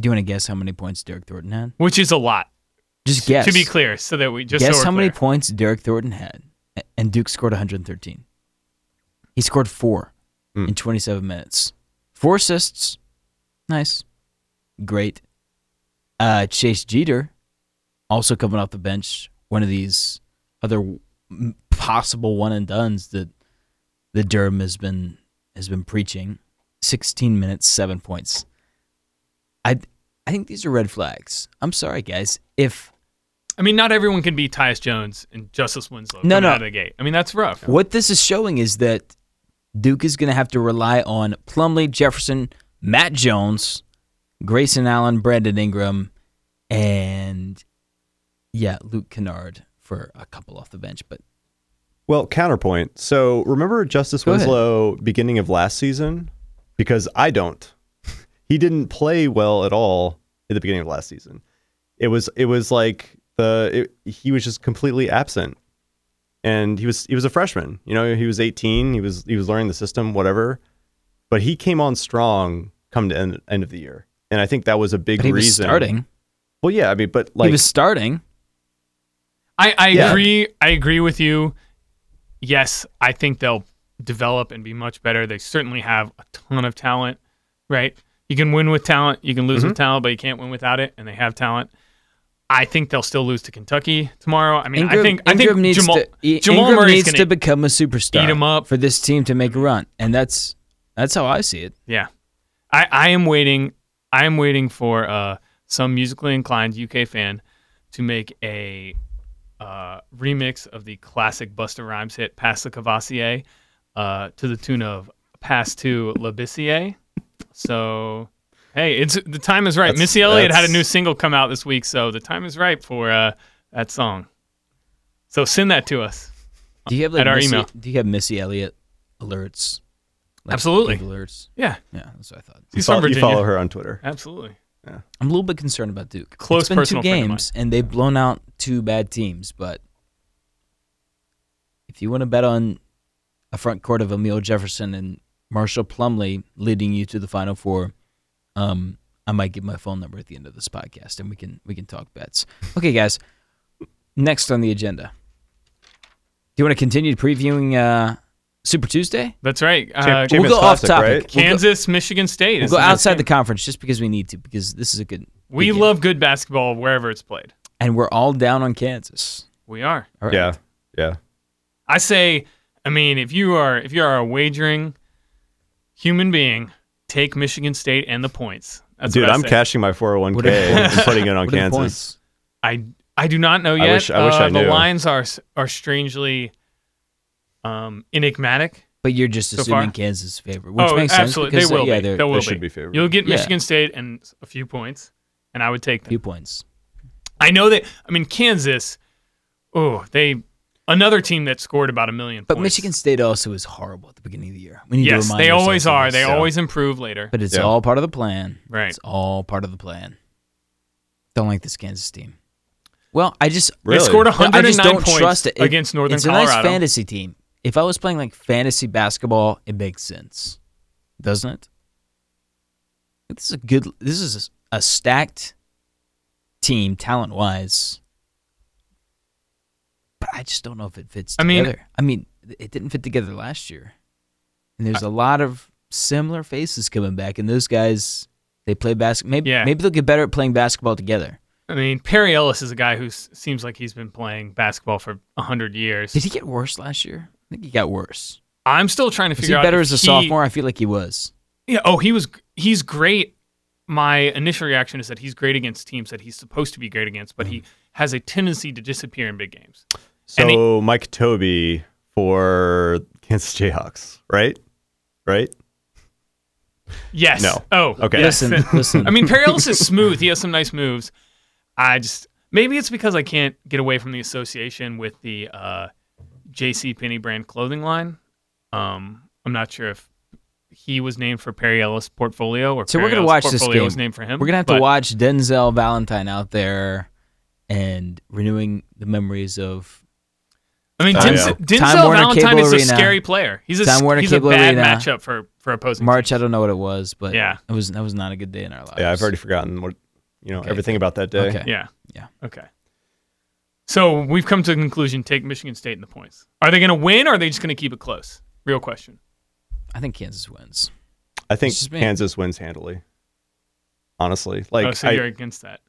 [SPEAKER 1] Do you want to guess how many points Derek Thornton had?
[SPEAKER 3] Which is a lot,
[SPEAKER 1] Just guess.
[SPEAKER 3] to be clear, so that we just
[SPEAKER 1] guess
[SPEAKER 3] so we're
[SPEAKER 1] how many
[SPEAKER 3] clear.
[SPEAKER 1] points Derek Thornton had, a- and Duke scored 113. He scored four
[SPEAKER 2] Hmm.
[SPEAKER 1] in 27 minutes. Four assists. Nice. Great. Uh, Chase Jeter, also coming off the bench, one of these other w- m- possible one and duns that the Durham has been has been preaching. 16 minutes, seven points. I I think these are red flags. I'm sorry, guys. If
[SPEAKER 3] I mean, not everyone can be Tyus Jones and Justice Winslow.
[SPEAKER 1] No,
[SPEAKER 3] coming
[SPEAKER 1] no.
[SPEAKER 3] out of the gate. I mean, that's rough.
[SPEAKER 1] What this is showing is that Duke is going to have to rely on Plumlee, Jefferson, Matt Jones, Grayson Allen, Brandon Ingram, and yeah, Luke Kennard for a couple off the bench. But
[SPEAKER 2] Well, counterpoint. So remember Justice
[SPEAKER 1] Go ahead.
[SPEAKER 2] Winslow beginning of last season? Because I don't. He didn't play well at all at the beginning of last season. It was it was like the it, he was just completely absent. And he was he was a freshman. You know, he was 18, he was he was learning the system, whatever. But he came on strong come to end, end of the year. And I think that was a big
[SPEAKER 1] but he was
[SPEAKER 2] reason.
[SPEAKER 1] starting.
[SPEAKER 2] Well, yeah, I mean, but like
[SPEAKER 1] he was starting.
[SPEAKER 3] I, I
[SPEAKER 2] Yeah.
[SPEAKER 3] agree. I agree with you. Yes, I think they'll develop and be much better. They certainly have a ton of talent, right? You can win with talent, you can lose
[SPEAKER 1] Mm-hmm.
[SPEAKER 3] with talent, but you can't win without it, and they have talent. I think they'll still lose to Kentucky tomorrow. I mean,
[SPEAKER 1] Ingram,
[SPEAKER 3] I think I
[SPEAKER 1] Ingram
[SPEAKER 3] think
[SPEAKER 1] needs
[SPEAKER 3] Jamal,
[SPEAKER 1] to I-
[SPEAKER 3] Jamal
[SPEAKER 1] Ingram
[SPEAKER 3] Murray's
[SPEAKER 1] needs
[SPEAKER 3] gonna,
[SPEAKER 1] to become a superstar.
[SPEAKER 3] eat him up.
[SPEAKER 1] for this team to make a run, and that's that's how I see it.
[SPEAKER 3] Yeah. I, I am waiting I am waiting for uh some musically inclined UK fan to make a uh, remix of the classic Busta Rhymes hit Pass the Cavassier uh, to the tune of Pass to Labissier. So, hey, it's the time is right.
[SPEAKER 2] That's-
[SPEAKER 3] Missy Elliott had a
[SPEAKER 2] that's-
[SPEAKER 3] new single come out this week, so the time is right for uh, that song. So send that to us.
[SPEAKER 1] Do you have like
[SPEAKER 3] At our
[SPEAKER 1] Missy,
[SPEAKER 3] email.
[SPEAKER 1] Do you have Missy Elliott alerts? Like,
[SPEAKER 3] Absolutely.
[SPEAKER 1] big alerts.
[SPEAKER 3] Yeah,
[SPEAKER 1] Yeah, that's what I thought.
[SPEAKER 2] You
[SPEAKER 3] he's from
[SPEAKER 2] follow, you
[SPEAKER 3] Virginia.
[SPEAKER 2] follow her on Twitter.
[SPEAKER 3] Absolutely.
[SPEAKER 1] I'm a little bit concerned about Duke.
[SPEAKER 3] Close
[SPEAKER 1] it's been two
[SPEAKER 3] personal friend of mine.
[SPEAKER 1] games, and they've blown out two bad teams. But if you want to bet on a front court of Emil Jefferson and Marshall Plumley leading you to the Final Four, um, I might give my phone number at the end of this podcast, and we can we can talk bets. Okay, guys. Next on the agenda, do you want to continue previewing uh, Super Tuesday?
[SPEAKER 3] That's right. Uh,
[SPEAKER 2] Champ- Champions
[SPEAKER 1] we'll go
[SPEAKER 2] Classic,
[SPEAKER 1] off topic.
[SPEAKER 2] right?
[SPEAKER 1] We'll go-
[SPEAKER 3] Kansas, Michigan State.
[SPEAKER 1] We'll
[SPEAKER 3] is
[SPEAKER 1] go
[SPEAKER 3] next
[SPEAKER 1] outside the
[SPEAKER 3] game.
[SPEAKER 1] conference just because we need to, because this is a good.
[SPEAKER 3] We
[SPEAKER 1] good game.
[SPEAKER 3] love good basketball wherever it's played.
[SPEAKER 1] and we're all down on Kansas.
[SPEAKER 3] We are.
[SPEAKER 1] All right.
[SPEAKER 2] Yeah, yeah.
[SPEAKER 3] I say, I mean, if you are if you are a wagering human being, take Michigan State and the points. That's
[SPEAKER 2] Dude,
[SPEAKER 3] what I
[SPEAKER 2] I'm
[SPEAKER 3] say.
[SPEAKER 2] cashing my 401k
[SPEAKER 1] What are the
[SPEAKER 2] and putting it on
[SPEAKER 1] What are the
[SPEAKER 2] Kansas.
[SPEAKER 1] points?
[SPEAKER 3] I I do not know yet.
[SPEAKER 2] wish- I wish
[SPEAKER 3] uh,
[SPEAKER 2] I
[SPEAKER 3] the
[SPEAKER 2] knew.
[SPEAKER 3] lines are s- are strangely um, enigmatic.
[SPEAKER 1] But you're just
[SPEAKER 3] So
[SPEAKER 1] assuming
[SPEAKER 3] far?
[SPEAKER 1] Kansas favor, which
[SPEAKER 3] oh,
[SPEAKER 1] makes sense
[SPEAKER 3] absolutely,
[SPEAKER 1] because
[SPEAKER 3] they will
[SPEAKER 1] yeah,
[SPEAKER 3] be.
[SPEAKER 1] they're
[SPEAKER 3] They will
[SPEAKER 2] They
[SPEAKER 3] be.
[SPEAKER 2] should be favored.
[SPEAKER 3] You'll get
[SPEAKER 1] Yeah.
[SPEAKER 3] Michigan State and s- a few points, and I would take them.
[SPEAKER 1] few points.
[SPEAKER 3] I know that. I mean, Kansas. Oh, they another team that scored about a million.
[SPEAKER 1] But
[SPEAKER 3] points.
[SPEAKER 1] Michigan State also is horrible at the beginning of the year. We need to
[SPEAKER 3] Yes,
[SPEAKER 1] remind
[SPEAKER 3] they
[SPEAKER 1] ourselves
[SPEAKER 3] always
[SPEAKER 1] of
[SPEAKER 3] are.
[SPEAKER 1] this.
[SPEAKER 3] They
[SPEAKER 2] yeah.
[SPEAKER 3] always improve later.
[SPEAKER 1] But it's
[SPEAKER 2] Yeah.
[SPEAKER 1] all part of the plan.
[SPEAKER 3] Right.
[SPEAKER 1] It's all part of the plan. Don't like this Kansas team. Well, I just
[SPEAKER 2] Really?
[SPEAKER 3] They scored
[SPEAKER 1] No,
[SPEAKER 3] 109
[SPEAKER 1] I just don't
[SPEAKER 3] points
[SPEAKER 1] trust it. It-
[SPEAKER 3] against Northern
[SPEAKER 1] it's
[SPEAKER 3] Colorado.
[SPEAKER 1] a nice fantasy team. If I was playing like fantasy basketball, it makes sense, doesn't it? This is a good. This is a stacked team, talent wise. But I just don't know if it fits
[SPEAKER 3] I mean-
[SPEAKER 1] together. I mean, it didn't fit together last year, and there's a lot of similar faces coming back, and those guys they play basketball. Maybe
[SPEAKER 3] Yeah.
[SPEAKER 1] maybe they'll get better at playing basketball together.
[SPEAKER 3] I mean, Perry Ellis is a guy who s- seems like he's been playing basketball for 100 years.
[SPEAKER 1] Did he get worse last year? I think he got worse.
[SPEAKER 3] I'm still trying to
[SPEAKER 1] Was
[SPEAKER 3] figure
[SPEAKER 1] he
[SPEAKER 3] out
[SPEAKER 1] better
[SPEAKER 3] if
[SPEAKER 1] as a
[SPEAKER 3] he-
[SPEAKER 1] sophomore? I feel like he was.
[SPEAKER 3] Yeah, oh, he was he's great. My initial reaction is that he's great against teams that he's supposed to be great against, but
[SPEAKER 1] Mm.
[SPEAKER 3] he has a tendency to disappear in big games.
[SPEAKER 2] So
[SPEAKER 3] And
[SPEAKER 2] Mike Toby for Kansas Jayhawks, right? Right?
[SPEAKER 3] Yes.
[SPEAKER 2] No.
[SPEAKER 3] Oh,
[SPEAKER 2] Okay.
[SPEAKER 3] yes.
[SPEAKER 1] Listen, listen.
[SPEAKER 3] I mean, Perry Ellis is smooth. He has some nice moves. I just maybe it's because I can't get away from the association with the uh, J.C. Penney brand clothing line. Um, I'm not sure if he was named for Perry Ellis' portfolio or
[SPEAKER 1] So we're
[SPEAKER 3] Perry
[SPEAKER 1] gonna
[SPEAKER 3] Ellis'
[SPEAKER 1] watch this
[SPEAKER 3] portfolio
[SPEAKER 1] game.
[SPEAKER 3] was named for him.
[SPEAKER 1] We're gonna have to
[SPEAKER 3] but
[SPEAKER 1] watch Denzel Valentine out there and renewing the memories of
[SPEAKER 3] I mean,
[SPEAKER 2] Oh,
[SPEAKER 3] Denzel,
[SPEAKER 1] yeah.
[SPEAKER 3] Denzel
[SPEAKER 1] Time Warner
[SPEAKER 3] Valentine
[SPEAKER 1] Cable
[SPEAKER 3] is a
[SPEAKER 1] Arena.
[SPEAKER 3] scary player. He's a
[SPEAKER 1] Time Warner
[SPEAKER 3] he's
[SPEAKER 1] Cable
[SPEAKER 3] a bad
[SPEAKER 1] Arena.
[SPEAKER 3] match matchup for for opposing
[SPEAKER 1] March.
[SPEAKER 3] teams.
[SPEAKER 1] I don't know what it was, but
[SPEAKER 3] Yeah.
[SPEAKER 1] it was that was not a good day in our lives.
[SPEAKER 2] Yeah, I've already forgotten what you know
[SPEAKER 1] Okay.
[SPEAKER 2] everything about that day.
[SPEAKER 1] Okay.
[SPEAKER 3] Yeah.
[SPEAKER 1] Yeah.
[SPEAKER 3] Okay. So we've come to the conclusion: take Michigan State in the points. Are they going to win? or Are they just going to keep it close? Real question.
[SPEAKER 1] I think Kansas wins.
[SPEAKER 2] I think
[SPEAKER 1] It's just me.
[SPEAKER 2] Kansas wins handily. Honestly, like
[SPEAKER 3] oh, so
[SPEAKER 2] I,
[SPEAKER 3] you're against that.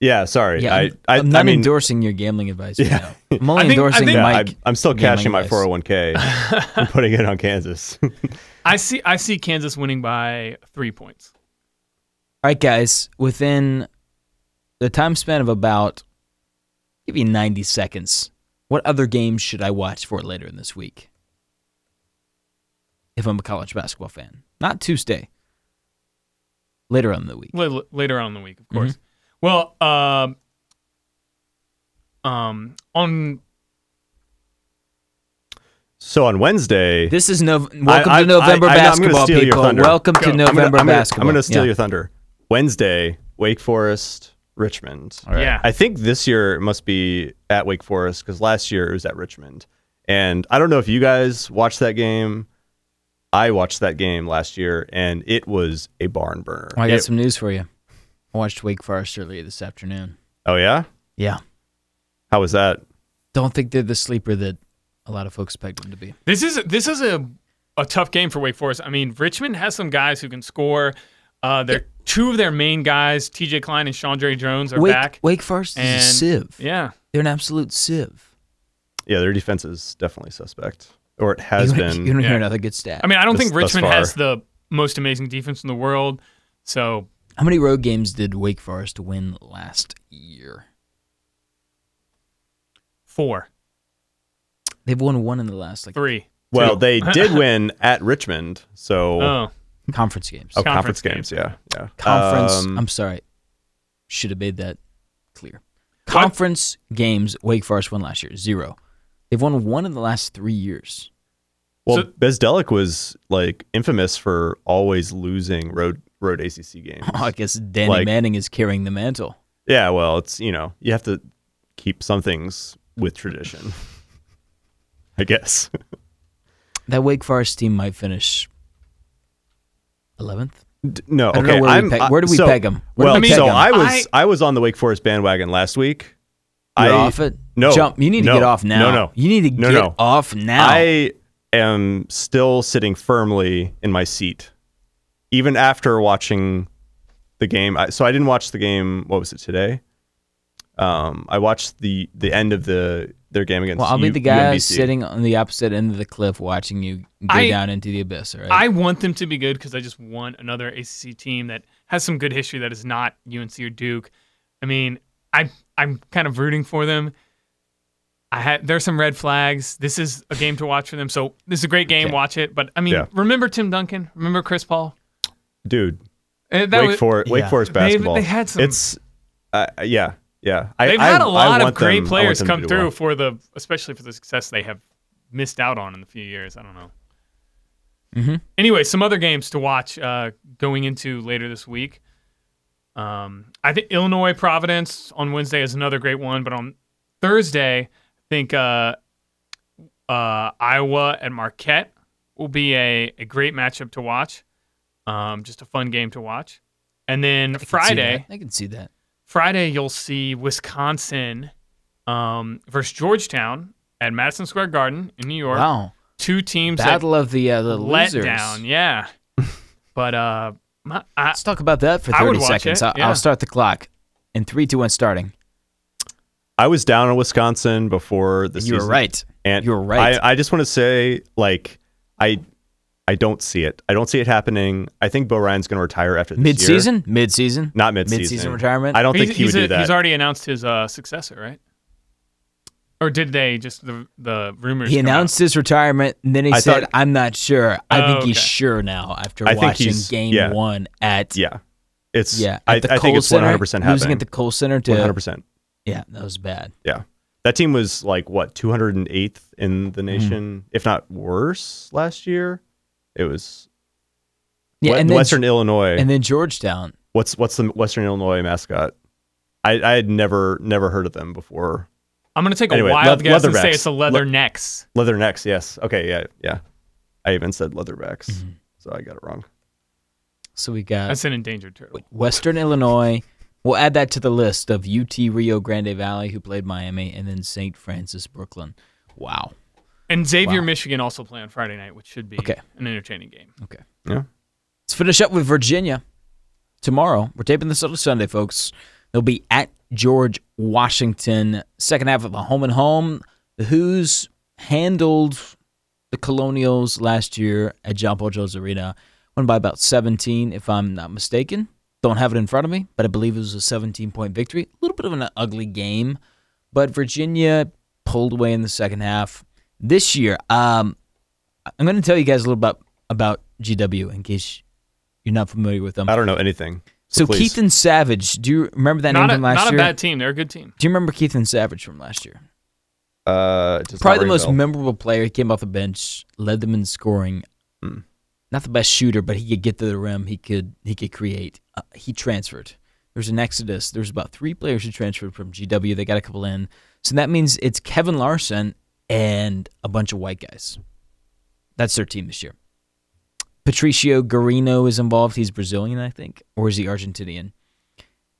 [SPEAKER 2] yeah, sorry,
[SPEAKER 1] Yeah,
[SPEAKER 2] I,
[SPEAKER 1] I'm,
[SPEAKER 2] I,
[SPEAKER 1] am not
[SPEAKER 2] I mean,
[SPEAKER 1] endorsing your gambling advice. right
[SPEAKER 2] Yeah.
[SPEAKER 1] now. I'm only
[SPEAKER 3] I think- I
[SPEAKER 1] endorsing
[SPEAKER 3] think-
[SPEAKER 2] yeah, I,
[SPEAKER 1] Mike.
[SPEAKER 2] I'm still
[SPEAKER 1] Yeah,
[SPEAKER 2] cashing my
[SPEAKER 1] Mike Weiss.
[SPEAKER 2] 401k and putting it on Kansas.
[SPEAKER 3] I see. I see Kansas winning by three points.
[SPEAKER 1] All right, guys, within the time span of about give you 90 seconds, what other games should I watch for later in this week? If I'm a college basketball fan, not Tuesday, later on in the week.
[SPEAKER 3] L- later on in the week, of course.
[SPEAKER 2] Mm-hmm.
[SPEAKER 3] Well, um, um, on
[SPEAKER 2] so on Wednesday,
[SPEAKER 1] This is no, welcome
[SPEAKER 2] I-
[SPEAKER 1] to November
[SPEAKER 2] I- I- I'm gonna
[SPEAKER 1] basketball,
[SPEAKER 2] steal your
[SPEAKER 1] people.
[SPEAKER 2] thunder.
[SPEAKER 1] Welcome
[SPEAKER 3] Go.
[SPEAKER 1] to
[SPEAKER 3] I'm
[SPEAKER 2] I'm
[SPEAKER 1] November
[SPEAKER 2] gonna, I'm gonna-
[SPEAKER 1] basketball.
[SPEAKER 2] I'm gonna steal
[SPEAKER 1] Yeah.
[SPEAKER 2] your thunder. Wednesday, Wake Forest, Richmond.
[SPEAKER 1] All right.
[SPEAKER 3] yeah,
[SPEAKER 2] I think this year it must be at Wake Forest because last year it was at Richmond. And I don't know if you guys watched that game. I watched that game last year and it was a barn burner.
[SPEAKER 1] Well, I got
[SPEAKER 2] It-
[SPEAKER 1] some news for you. I watched Wake Forest earlier this afternoon.
[SPEAKER 2] oh, yeah?
[SPEAKER 1] Yeah.
[SPEAKER 2] How was that?
[SPEAKER 1] Don't think they're the sleeper that a lot of folks pegged them to be.
[SPEAKER 3] this is this is a a tough game for Wake Forest. I mean, Richmond has some guys who can score. Uh, they're two of their main guys, T.J. Klein and Chandre Jones, are
[SPEAKER 1] Wake,
[SPEAKER 3] back.
[SPEAKER 1] Wake Forest is
[SPEAKER 3] And-
[SPEAKER 1] a sieve.
[SPEAKER 3] Yeah,
[SPEAKER 1] They're an absolute sieve.
[SPEAKER 2] Yeah, their defense is definitely suspect, or it has
[SPEAKER 1] you,
[SPEAKER 2] been.
[SPEAKER 1] You don't
[SPEAKER 3] Yeah.
[SPEAKER 1] hear another good stat.
[SPEAKER 3] I mean, I don't
[SPEAKER 2] Thus-
[SPEAKER 3] think
[SPEAKER 2] thus
[SPEAKER 3] Richmond
[SPEAKER 2] far.
[SPEAKER 3] has the most amazing defense in the world. So
[SPEAKER 1] How many road games did Wake Forest win last year?
[SPEAKER 3] four,
[SPEAKER 1] They've won one in the last like
[SPEAKER 3] three.
[SPEAKER 2] well,
[SPEAKER 3] two.
[SPEAKER 2] they did win at Richmond, so
[SPEAKER 3] Oh,
[SPEAKER 1] Conference games.
[SPEAKER 2] Oh,
[SPEAKER 3] Conference
[SPEAKER 2] conference, games. Yeah, yeah.
[SPEAKER 1] Conference.
[SPEAKER 2] Um,
[SPEAKER 1] I'm sorry. Should have made that clear.
[SPEAKER 3] What?
[SPEAKER 1] Conference games Wake Forest won last year. Zero. They've won one in the last three years.
[SPEAKER 2] well,
[SPEAKER 3] so-
[SPEAKER 2] Bezdelic was like infamous for always losing road road ACC games.
[SPEAKER 1] Oh, I guess Danny
[SPEAKER 2] Like-
[SPEAKER 1] Manning is carrying the mantle.
[SPEAKER 2] yeah, well, it's you know you have to keep some things with tradition, I guess.
[SPEAKER 1] That Wake Forest team might finish 11th.
[SPEAKER 2] D- No,
[SPEAKER 1] don't know
[SPEAKER 2] okay.
[SPEAKER 1] where we
[SPEAKER 2] I'm,
[SPEAKER 1] peg-
[SPEAKER 2] uh,
[SPEAKER 1] where do we
[SPEAKER 2] so-
[SPEAKER 1] peg 'em? Where do
[SPEAKER 2] well,
[SPEAKER 1] we peg
[SPEAKER 2] so
[SPEAKER 1] 'em?
[SPEAKER 2] I
[SPEAKER 3] I-
[SPEAKER 2] was I was on the Wake Forest bandwagon last week.
[SPEAKER 1] You're
[SPEAKER 2] I
[SPEAKER 1] off it?
[SPEAKER 2] no,
[SPEAKER 1] Jump. You need
[SPEAKER 2] no,
[SPEAKER 1] to get off now.
[SPEAKER 2] no, no.
[SPEAKER 1] You need to
[SPEAKER 2] No,
[SPEAKER 1] get
[SPEAKER 2] no.
[SPEAKER 1] off now.
[SPEAKER 2] I am still sitting firmly in my seat, even after watching the game. I, so I didn't watch the game. What was it today? Um, I watched the the end of the their game against.
[SPEAKER 1] well, I'll be
[SPEAKER 2] U-
[SPEAKER 1] the guy
[SPEAKER 2] UMBC.
[SPEAKER 1] sitting on the opposite end of the cliff watching you go
[SPEAKER 3] I-
[SPEAKER 1] down into the abyss. All right.
[SPEAKER 3] I want them to be good because I just want another ACC team that has some good history that is not UNC or Duke. I mean, I I'm kind of rooting for them. I ha- there's some red flags. This is a game to watch for them. So this is a great game.
[SPEAKER 1] Okay.
[SPEAKER 3] Watch it. But I mean,
[SPEAKER 2] Yeah.
[SPEAKER 3] remember Tim Duncan. Remember Chris Paul.
[SPEAKER 2] dude.
[SPEAKER 3] Uh, that
[SPEAKER 2] Wake
[SPEAKER 3] was-
[SPEAKER 2] Forest, Wake
[SPEAKER 1] Yeah.
[SPEAKER 2] Forest
[SPEAKER 3] They-
[SPEAKER 2] basketball.
[SPEAKER 3] they had some-
[SPEAKER 2] It's uh, yeah, yeah. I,
[SPEAKER 3] They've
[SPEAKER 2] I-
[SPEAKER 3] had a
[SPEAKER 2] I
[SPEAKER 3] lot of
[SPEAKER 2] want them- I
[SPEAKER 3] great
[SPEAKER 2] want
[SPEAKER 3] players
[SPEAKER 2] them to
[SPEAKER 3] come
[SPEAKER 2] do
[SPEAKER 3] through
[SPEAKER 2] well.
[SPEAKER 3] for the, especially for the success they have missed out on in the few years. I don't know.
[SPEAKER 1] Mhm.
[SPEAKER 3] Anyway, some other games to watch uh, going into later this week. Um, I think Illinois Providence on Wednesday is another great one, but on Thursday, I think uh, uh, Iowa and Marquette will be a, a great matchup to watch. Um, just a fun game to watch. And then
[SPEAKER 1] I can see
[SPEAKER 3] Friday.
[SPEAKER 1] that. I can see that.
[SPEAKER 3] Friday, you'll see Wisconsin um, versus Georgetown at Madison Square Garden in New York.
[SPEAKER 1] Wow.
[SPEAKER 3] Two teams
[SPEAKER 1] Battle of the uh, the
[SPEAKER 3] that let
[SPEAKER 1] losers.
[SPEAKER 3] down. Yeah. but uh, my, I,
[SPEAKER 1] Let's talk about that for
[SPEAKER 3] I would
[SPEAKER 1] 30
[SPEAKER 3] watch
[SPEAKER 1] seconds.
[SPEAKER 3] it,
[SPEAKER 1] I-
[SPEAKER 3] yeah.
[SPEAKER 1] I'll start the clock. In three, two, one, starting.
[SPEAKER 2] I was down on Wisconsin before the
[SPEAKER 1] You were
[SPEAKER 2] season
[SPEAKER 1] right.
[SPEAKER 2] And
[SPEAKER 1] You're right.
[SPEAKER 2] I, I just want to say, like, I I don't see it. I don't see it happening. I think Bo Ryan's going to retire after this year.
[SPEAKER 1] Mid season? Mid season?
[SPEAKER 2] Not mid-season.
[SPEAKER 1] Mid-season retirement?
[SPEAKER 2] I don't
[SPEAKER 3] he's,
[SPEAKER 2] think he
[SPEAKER 3] he's
[SPEAKER 2] would do
[SPEAKER 3] a-
[SPEAKER 2] that.
[SPEAKER 3] he's already announced his uh, successor, right? Or did they just the the rumors?
[SPEAKER 1] He
[SPEAKER 3] come out?
[SPEAKER 1] announced his retirement, and then he
[SPEAKER 2] I
[SPEAKER 1] said,
[SPEAKER 2] thought-
[SPEAKER 1] "I'm not sure." I
[SPEAKER 3] Oh,
[SPEAKER 1] think he's
[SPEAKER 3] okay.
[SPEAKER 1] sure now after
[SPEAKER 2] I think
[SPEAKER 1] watching
[SPEAKER 2] he's-
[SPEAKER 1] Game
[SPEAKER 2] yeah.
[SPEAKER 1] One at yeah,
[SPEAKER 2] yeah, it's yeah.
[SPEAKER 1] at
[SPEAKER 2] I,
[SPEAKER 1] the
[SPEAKER 2] I
[SPEAKER 1] Kohl
[SPEAKER 2] think it's one
[SPEAKER 1] Center,
[SPEAKER 2] hundred percent
[SPEAKER 1] losing
[SPEAKER 2] happening.
[SPEAKER 1] at the Cole Center to
[SPEAKER 2] One hundred percent.
[SPEAKER 1] yeah, that was bad.
[SPEAKER 2] Yeah, that team was like what two hundred and eighth in
[SPEAKER 1] Mm-hmm.
[SPEAKER 2] the nation, if not worse, last year. It was
[SPEAKER 1] Yeah,
[SPEAKER 2] we-
[SPEAKER 1] and then,
[SPEAKER 2] Western Illinois.
[SPEAKER 1] and then Georgetown.
[SPEAKER 2] what's what's the Western Illinois mascot? I, I had never never heard of them before.
[SPEAKER 3] I'm going to take a
[SPEAKER 2] Anyway,
[SPEAKER 3] wild
[SPEAKER 2] leath-
[SPEAKER 3] guess and say
[SPEAKER 2] leatherbacks.
[SPEAKER 3] it's the Leathernecks.
[SPEAKER 2] Leathernecks, yes. Okay, yeah, yeah. I even said leatherbacks,
[SPEAKER 1] Mm-hmm.
[SPEAKER 2] so I got it wrong.
[SPEAKER 1] So we got
[SPEAKER 3] That's an endangered turtle.
[SPEAKER 1] Western Illinois. We'll add that to the list of UT Rio Grande Valley, who played Miami, and then St. Francis Brooklyn. Wow.
[SPEAKER 3] And Xavier,
[SPEAKER 1] Wow.
[SPEAKER 3] Michigan also play on Friday night, which should be
[SPEAKER 1] Okay.
[SPEAKER 3] an entertaining game.
[SPEAKER 1] Okay.
[SPEAKER 2] Yeah.
[SPEAKER 1] Let's finish up with Virginia tomorrow. We're taping this on a Sunday, folks. They'll be at George Washington. Second half of a home and home. The Who's handled the Colonials last year at John Paul Jones Arena. Won by about 17, if I'm not mistaken. Don't have it in front of me, but I believe it was a 17 point victory. A little bit of an ugly game, but Virginia pulled away in the second half. This year, um, I'm going to tell you guys a little about about GW in case you're not familiar with them.
[SPEAKER 2] I don't know anything.
[SPEAKER 1] So,
[SPEAKER 2] So, please.
[SPEAKER 1] Keith and Savage, do you remember that
[SPEAKER 3] Not
[SPEAKER 1] name
[SPEAKER 3] a,
[SPEAKER 1] from last
[SPEAKER 3] not a
[SPEAKER 1] year?
[SPEAKER 3] bad team. They're a good team.
[SPEAKER 1] do you remember Keith and Savage from last year?
[SPEAKER 2] uh, it does not
[SPEAKER 1] Probably the
[SPEAKER 2] ring a
[SPEAKER 1] most
[SPEAKER 2] bell.
[SPEAKER 1] memorable player. He came off the bench, led them in scoring.
[SPEAKER 2] Hmm.
[SPEAKER 1] Not the best shooter, but he could get to the rim. He could he could create. Uh, he transferred. There was an exodus. There was about three players who transferred from GW. They got a couple in. So that means it's Kevin Larson and a bunch of white guys. That's their team this year. Patricio Garino is involved. He's Brazilian, I think, or is he Argentinian?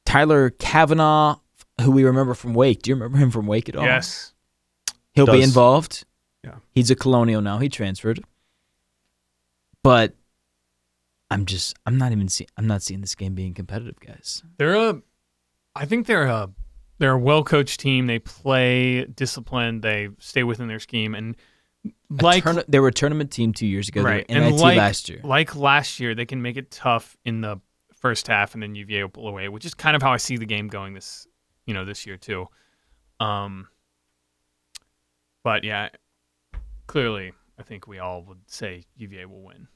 [SPEAKER 1] Tyler Kavanaugh, who we remember from Wake. Do you remember him from Wake at all?
[SPEAKER 3] Yes.
[SPEAKER 1] He'll be
[SPEAKER 2] Does-
[SPEAKER 1] involved.
[SPEAKER 2] Yeah.
[SPEAKER 1] He's a colonial now. He transferred. But I'm just I'm not even seeing I'm not seeing this game being competitive, guys.
[SPEAKER 3] They're a I think they're a they're a well coached team. They play disciplined, they stay within their scheme and
[SPEAKER 1] A
[SPEAKER 3] like
[SPEAKER 1] tourna- they were a tournament team two years ago.
[SPEAKER 3] right.
[SPEAKER 1] They were
[SPEAKER 3] and
[SPEAKER 1] NIT
[SPEAKER 3] like,
[SPEAKER 1] last year.
[SPEAKER 3] Like last year, they can make it tough in the first half and then UVA will pull away, which is kind of how I see the game going this you know, this year too. Um but yeah, clearly I think we all would say UVA will win.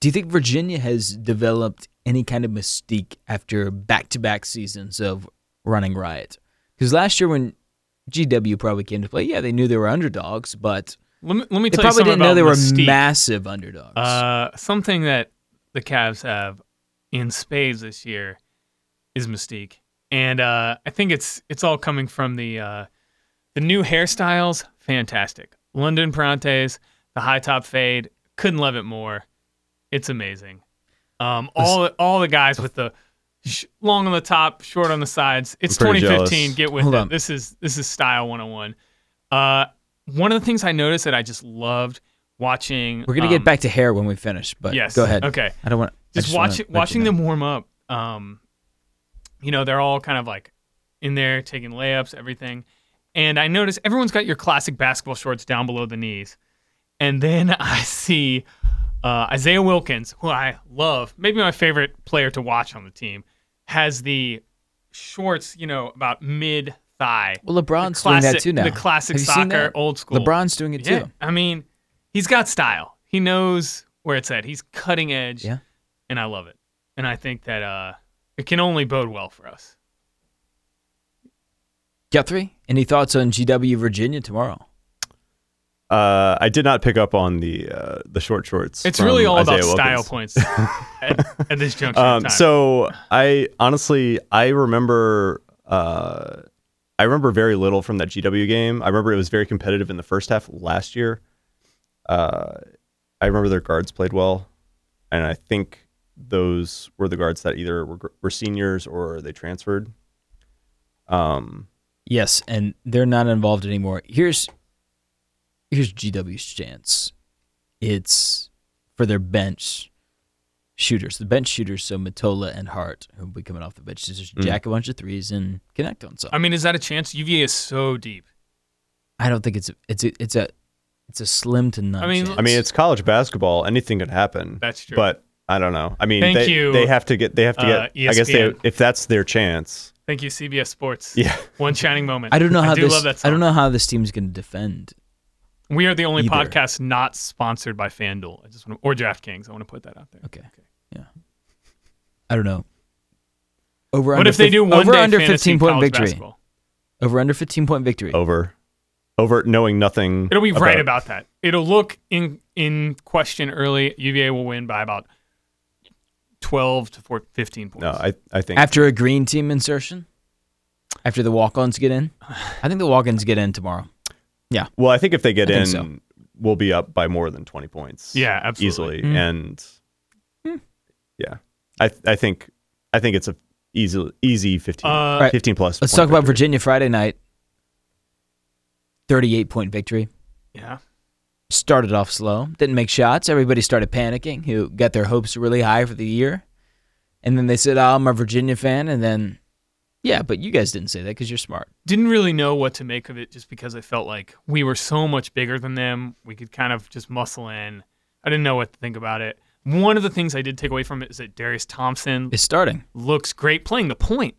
[SPEAKER 1] Do you think Virginia has developed any kind of mystique after back-to-back seasons of running riot? Because last year when GW probably came to play, yeah, they knew they were underdogs, but
[SPEAKER 3] Let me, let me
[SPEAKER 1] they
[SPEAKER 3] tell you
[SPEAKER 1] probably
[SPEAKER 3] something
[SPEAKER 1] didn't know
[SPEAKER 3] about
[SPEAKER 1] they were
[SPEAKER 3] Mystique.
[SPEAKER 1] massive underdogs.
[SPEAKER 3] Uh, something that the Cavs have in spades this year is Mystique, and uh, I think it's it's all coming from the uh, the new hairstyles. Fantastic, London Prantes, the high top fade. Couldn't love it more. It's amazing. Um, all all the guys with the sh- long on the top, short on the sides. It's
[SPEAKER 2] I'm pretty
[SPEAKER 3] 2015.
[SPEAKER 2] jealous.
[SPEAKER 3] Get with
[SPEAKER 1] Hold
[SPEAKER 3] it.
[SPEAKER 1] on.
[SPEAKER 3] This is this is style 101. Uh, one of the things I noticed that I just loved watching.
[SPEAKER 1] we're gonna
[SPEAKER 3] um,
[SPEAKER 1] get back to hair when we finish, but
[SPEAKER 3] yes.
[SPEAKER 1] go ahead.
[SPEAKER 3] Okay.
[SPEAKER 1] I don't want
[SPEAKER 3] Just, watch, watching them warm up. Um, you know, they're all kind of like in there taking layups, everything. And I notice everyone's got your classic basketball shorts down below the knees. And then I see uh, Isaiah Wilkins, who I love, maybe my favorite player to watch on the team, has the shorts, you know, about mid thigh.
[SPEAKER 1] Well, LeBron's doing that too now.
[SPEAKER 3] The classic
[SPEAKER 1] Have you seen
[SPEAKER 3] soccer,
[SPEAKER 1] that?
[SPEAKER 3] old school.
[SPEAKER 1] LeBron's doing it
[SPEAKER 3] Yeah,
[SPEAKER 1] too.
[SPEAKER 3] I mean, he's got style. He knows where it's at. He's cutting edge.
[SPEAKER 1] Yeah.
[SPEAKER 3] And I love it. And I think that uh, it can only bode well for us.
[SPEAKER 1] Guthrie, any thoughts on GW Virginia tomorrow?
[SPEAKER 2] Uh, I did not pick up on the uh, the short shorts.
[SPEAKER 3] It's
[SPEAKER 2] from
[SPEAKER 3] really all about
[SPEAKER 2] Isaiah
[SPEAKER 3] style
[SPEAKER 2] Wilkins.
[SPEAKER 3] points at, at this juncture. of
[SPEAKER 2] Um,
[SPEAKER 3] time.
[SPEAKER 2] so I honestly I remember uh, I remember very little from that GW game. I remember it was very competitive in the first half last year. Uh, I remember their guards played well, and I think those were the guards that either were, gr- were seniors or they transferred. Um,
[SPEAKER 1] Yes, and they're not involved anymore. Here's here's GW's chance. It's for their bench shooters. The bench shooters, so Matola and Hart, who'll be coming off the bench, to just
[SPEAKER 3] Mm.
[SPEAKER 1] jack a bunch of threes and connect on some.
[SPEAKER 3] I mean, is that a chance? UVA is so deep.
[SPEAKER 1] I don't think it's a, it's a, it's a it's a slim to none.
[SPEAKER 3] I mean-
[SPEAKER 1] chance.
[SPEAKER 2] I mean, it's college basketball; anything could happen.
[SPEAKER 3] That's true.
[SPEAKER 2] But I don't know. I mean,
[SPEAKER 3] Thank
[SPEAKER 2] they,
[SPEAKER 3] you,
[SPEAKER 2] they have to get. They have to
[SPEAKER 3] uh,
[SPEAKER 2] get. I guess they,
[SPEAKER 3] ESPN.
[SPEAKER 2] if that's their chance.
[SPEAKER 3] Thank you, CBS Sports.
[SPEAKER 2] Yeah.
[SPEAKER 3] One shining moment.
[SPEAKER 1] I don't know how
[SPEAKER 3] I do
[SPEAKER 1] this
[SPEAKER 3] love that
[SPEAKER 1] I don't
[SPEAKER 3] song.
[SPEAKER 1] know how this team's going to defend.
[SPEAKER 3] We are the only
[SPEAKER 1] either.
[SPEAKER 3] podcast not sponsored by FanDuel. I just want to, or DraftKings. I want to put that out there.
[SPEAKER 1] Okay. Yeah. I don't know. Over
[SPEAKER 3] What
[SPEAKER 1] under
[SPEAKER 3] if they
[SPEAKER 1] fif-
[SPEAKER 3] do one
[SPEAKER 1] over
[SPEAKER 3] day
[SPEAKER 1] under
[SPEAKER 3] fantasy
[SPEAKER 1] 15 point
[SPEAKER 3] college
[SPEAKER 1] victory.
[SPEAKER 3] basketball?
[SPEAKER 1] Over under 15 point victory.
[SPEAKER 2] over over knowing nothing
[SPEAKER 3] It'll be right about that. It'll look in in question early. UVA will win by about 12 to 14, 15 points.
[SPEAKER 2] no i i think
[SPEAKER 1] After a green team insertion? After the walk-ons get in? I think the walk-ons get in tomorrow.
[SPEAKER 2] well i think if they get
[SPEAKER 1] I
[SPEAKER 2] in
[SPEAKER 1] think so.
[SPEAKER 2] we'll be up by more than 20 points
[SPEAKER 3] Yeah, absolutely.
[SPEAKER 2] easily
[SPEAKER 1] Mm.
[SPEAKER 2] and
[SPEAKER 1] Hmm.
[SPEAKER 2] yeah i i think i think it's a easy easy 15
[SPEAKER 3] Uh,
[SPEAKER 1] Right.
[SPEAKER 2] 15 plus
[SPEAKER 1] Let's
[SPEAKER 2] point
[SPEAKER 1] talk about
[SPEAKER 2] victory.
[SPEAKER 1] Virginia Friday night. 38 point victory.
[SPEAKER 3] Yeah.
[SPEAKER 1] Started off slow, didn't make shots. Everybody started panicking, who got their hopes really high for the year. And then they said, "Oh, I'm a Virginia fan." And then yeah, but you guys didn't say that cuz you're smart.
[SPEAKER 3] Didn't really know what to make of it just because I felt like we were so much bigger than them. We could kind of just muscle in. I didn't know what to think about it. One of the things I did take away from it is that Darius Thompson
[SPEAKER 1] It's starting.
[SPEAKER 3] looks great playing the point.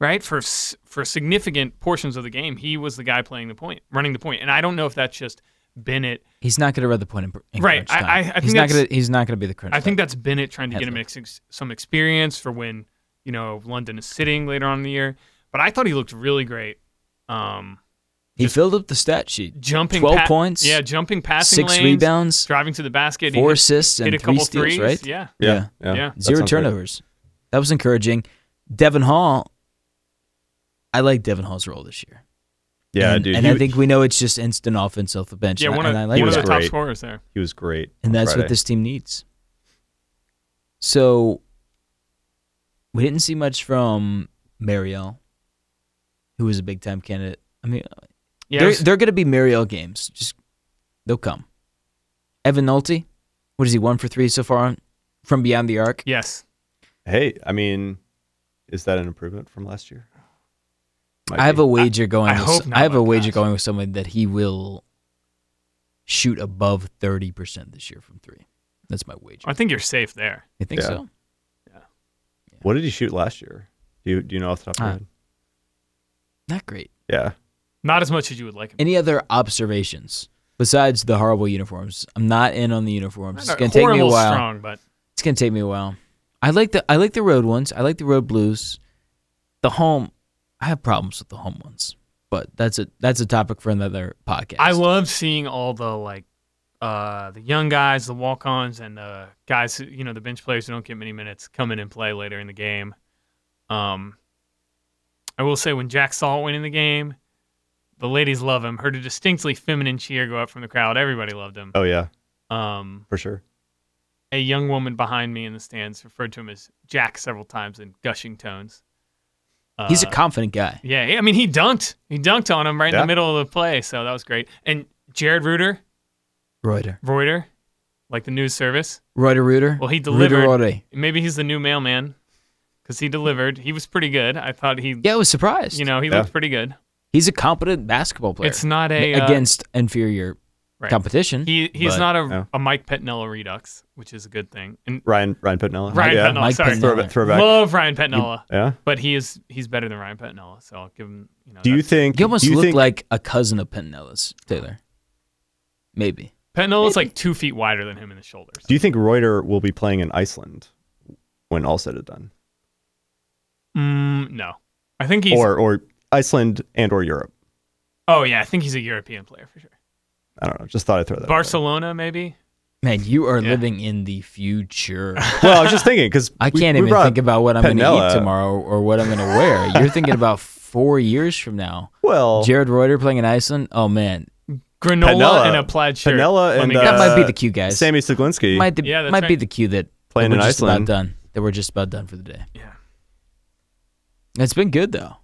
[SPEAKER 3] Right for s- for significant portions of the game, he was the guy playing the point, running the point, and I don't know if that's just Bennett
[SPEAKER 1] He's not going to run the point in, in
[SPEAKER 3] Right,
[SPEAKER 1] crunch time.
[SPEAKER 3] I- I- I think
[SPEAKER 1] he's not
[SPEAKER 3] that's-
[SPEAKER 1] going to. He's not going to be the crunch.
[SPEAKER 3] I
[SPEAKER 1] time.
[SPEAKER 3] think that's Bennett trying to get him
[SPEAKER 1] Haslam.
[SPEAKER 3] ex- some experience for when you know London is sitting later on in the year. But I thought he looked really great. Um,
[SPEAKER 1] he filled up the stat sheet.
[SPEAKER 3] jumping
[SPEAKER 1] 12
[SPEAKER 3] pa-
[SPEAKER 1] points,
[SPEAKER 3] yeah, jumping passing
[SPEAKER 1] six
[SPEAKER 3] lanes,
[SPEAKER 1] rebounds,
[SPEAKER 3] driving to the basket, He
[SPEAKER 1] four
[SPEAKER 3] hit-
[SPEAKER 1] assists,
[SPEAKER 3] hit
[SPEAKER 1] and
[SPEAKER 3] a
[SPEAKER 1] three
[SPEAKER 3] couple
[SPEAKER 1] steals.
[SPEAKER 3] threes.
[SPEAKER 1] Right?
[SPEAKER 3] Yeah,
[SPEAKER 1] Yeah.
[SPEAKER 2] yeah,
[SPEAKER 3] Yeah.
[SPEAKER 2] That
[SPEAKER 1] Zero
[SPEAKER 2] sounds great.
[SPEAKER 1] turnovers. That was encouraging. Devin Hall. I like Devin Hall's role this year.
[SPEAKER 2] yeah
[SPEAKER 1] and,
[SPEAKER 2] dude
[SPEAKER 1] And
[SPEAKER 2] he,
[SPEAKER 1] I think we know it's just instant offense off the bench.
[SPEAKER 3] yeah,
[SPEAKER 1] and I-
[SPEAKER 3] one of,
[SPEAKER 1] and I like
[SPEAKER 3] one of
[SPEAKER 1] that.
[SPEAKER 3] the
[SPEAKER 2] was
[SPEAKER 3] top
[SPEAKER 2] great.
[SPEAKER 3] scorers there.
[SPEAKER 2] he was great
[SPEAKER 1] and
[SPEAKER 2] on
[SPEAKER 1] that's
[SPEAKER 2] Friday.
[SPEAKER 1] what this team needs. So we didn't see much from Mariel, who was a big time candidate. I mean,
[SPEAKER 3] Yeah,
[SPEAKER 1] There,
[SPEAKER 3] it was-
[SPEAKER 1] there are going to be Mariel games. Just they'll come. Evan Nolte, what is he one for three so far on- from beyond the arc?
[SPEAKER 3] yes,
[SPEAKER 2] hey i mean is that an improvement from last year Might
[SPEAKER 1] I have
[SPEAKER 2] be.
[SPEAKER 1] a wager going.
[SPEAKER 3] I
[SPEAKER 1] with,
[SPEAKER 3] hope
[SPEAKER 1] some-
[SPEAKER 3] not,
[SPEAKER 1] I have a
[SPEAKER 3] my
[SPEAKER 1] wager
[SPEAKER 3] gosh.
[SPEAKER 1] going with someone that he will shoot above thirty percent this year from three. That's my wager.
[SPEAKER 3] I think you're safe there.
[SPEAKER 1] You think
[SPEAKER 2] Yeah.
[SPEAKER 1] so?
[SPEAKER 2] what did he shoot last year do you do you know off the top of your
[SPEAKER 1] Ah.
[SPEAKER 2] head
[SPEAKER 1] Not great.
[SPEAKER 2] yeah
[SPEAKER 3] Not as much as you would like him.
[SPEAKER 1] Any other observations? Besides the horrible uniforms, I'm not in on the uniforms. It's
[SPEAKER 3] Not
[SPEAKER 1] gonna take me a
[SPEAKER 3] horrible
[SPEAKER 1] while.
[SPEAKER 3] Strong, but
[SPEAKER 1] It's gonna take me a while. I like the I like the road ones. I like the road blues. The home, I have problems with the home ones, but that's a that's a topic for another podcast.
[SPEAKER 3] I love seeing all the like uh the young guys, the walk-ons, and the guys who, you know the bench players who don't get many minutes come in and play later in the game. Um, I will say when Jack Salt went in the game, the ladies love him. Heard a distinctly feminine cheer go up from the crowd. Everybody loved him.
[SPEAKER 2] Oh yeah,
[SPEAKER 3] Um,
[SPEAKER 2] for sure.
[SPEAKER 3] a young woman behind me in the stands referred to him as Jack several times in gushing tones. Uh,
[SPEAKER 1] He's a confident guy.
[SPEAKER 3] yeah, yeah, I mean, he dunked. He dunked on him right in
[SPEAKER 2] Yeah.
[SPEAKER 3] the middle of the play, so that was great. And Jared Reuter,
[SPEAKER 1] Reuter.
[SPEAKER 3] Reuter, like the news service.
[SPEAKER 1] Reuter Reuter.
[SPEAKER 3] Well, he
[SPEAKER 1] Reuter,
[SPEAKER 3] delivered.
[SPEAKER 1] Reuter.
[SPEAKER 3] Maybe he's the new mailman because he delivered. He was pretty good. I thought he,
[SPEAKER 1] Yeah, I was surprised.
[SPEAKER 3] you know, he
[SPEAKER 2] Yeah.
[SPEAKER 3] looked pretty good.
[SPEAKER 1] he's a competent basketball player.
[SPEAKER 3] It's not a uh,
[SPEAKER 1] against inferior
[SPEAKER 3] right.
[SPEAKER 1] competition.
[SPEAKER 3] He he's
[SPEAKER 1] but-
[SPEAKER 3] not a,
[SPEAKER 2] no.
[SPEAKER 3] a Mike Pettinella redux, which is a good thing. And
[SPEAKER 2] Ryan Ryan Pitnella.
[SPEAKER 3] Ryan
[SPEAKER 2] yeah.
[SPEAKER 3] Pettinella, sorry,
[SPEAKER 1] Uh-huh. Pettinella.
[SPEAKER 2] Throwback, throwback.
[SPEAKER 3] love Ryan Pettinella,
[SPEAKER 2] yeah.
[SPEAKER 3] but he is he's better than Ryan Pettinella, so I'll give him. You know,
[SPEAKER 2] Do you
[SPEAKER 3] that's-
[SPEAKER 2] think?
[SPEAKER 1] He almost
[SPEAKER 2] do you
[SPEAKER 1] looked
[SPEAKER 2] think,
[SPEAKER 1] like a cousin of Pentinella's Taylor. Maybe.
[SPEAKER 3] Pettinella's like two feet wider than him in the shoulders?
[SPEAKER 2] Do you think Reuter will be playing in Iceland when all said and done,
[SPEAKER 3] Mm, no, I think he's.
[SPEAKER 2] or or Iceland and or Europe?
[SPEAKER 3] oh yeah, I think he's a European player for sure.
[SPEAKER 2] I don't know. Just thought I'd throw that. out there.
[SPEAKER 3] Barcelona maybe.
[SPEAKER 1] Man, you are
[SPEAKER 3] Yeah.
[SPEAKER 1] living in the future.
[SPEAKER 2] Well, I was just thinking because
[SPEAKER 1] I can't
[SPEAKER 2] we,
[SPEAKER 1] even
[SPEAKER 2] brought
[SPEAKER 1] think about what I'm going to eat
[SPEAKER 2] Pennella.
[SPEAKER 1] tomorrow or what I'm going to wear. You're thinking about four years from now.
[SPEAKER 2] well
[SPEAKER 1] Jared Reuter playing in Iceland. Oh man,
[SPEAKER 3] Granola
[SPEAKER 2] Pennella.
[SPEAKER 3] and a plaid shirt.
[SPEAKER 2] Pennella
[SPEAKER 3] Let
[SPEAKER 2] and,
[SPEAKER 3] me guess.
[SPEAKER 1] that might be
[SPEAKER 2] Uh,
[SPEAKER 1] the cue, guys.
[SPEAKER 2] Sammy Siglinski.
[SPEAKER 1] might the,
[SPEAKER 3] Yeah, that's
[SPEAKER 1] might be
[SPEAKER 3] right.
[SPEAKER 1] the cue that
[SPEAKER 2] Playing
[SPEAKER 1] that we're
[SPEAKER 2] in
[SPEAKER 1] just
[SPEAKER 2] Iceland.
[SPEAKER 1] about done. That we're just about done for the day.
[SPEAKER 3] Yeah.
[SPEAKER 1] It's been good though.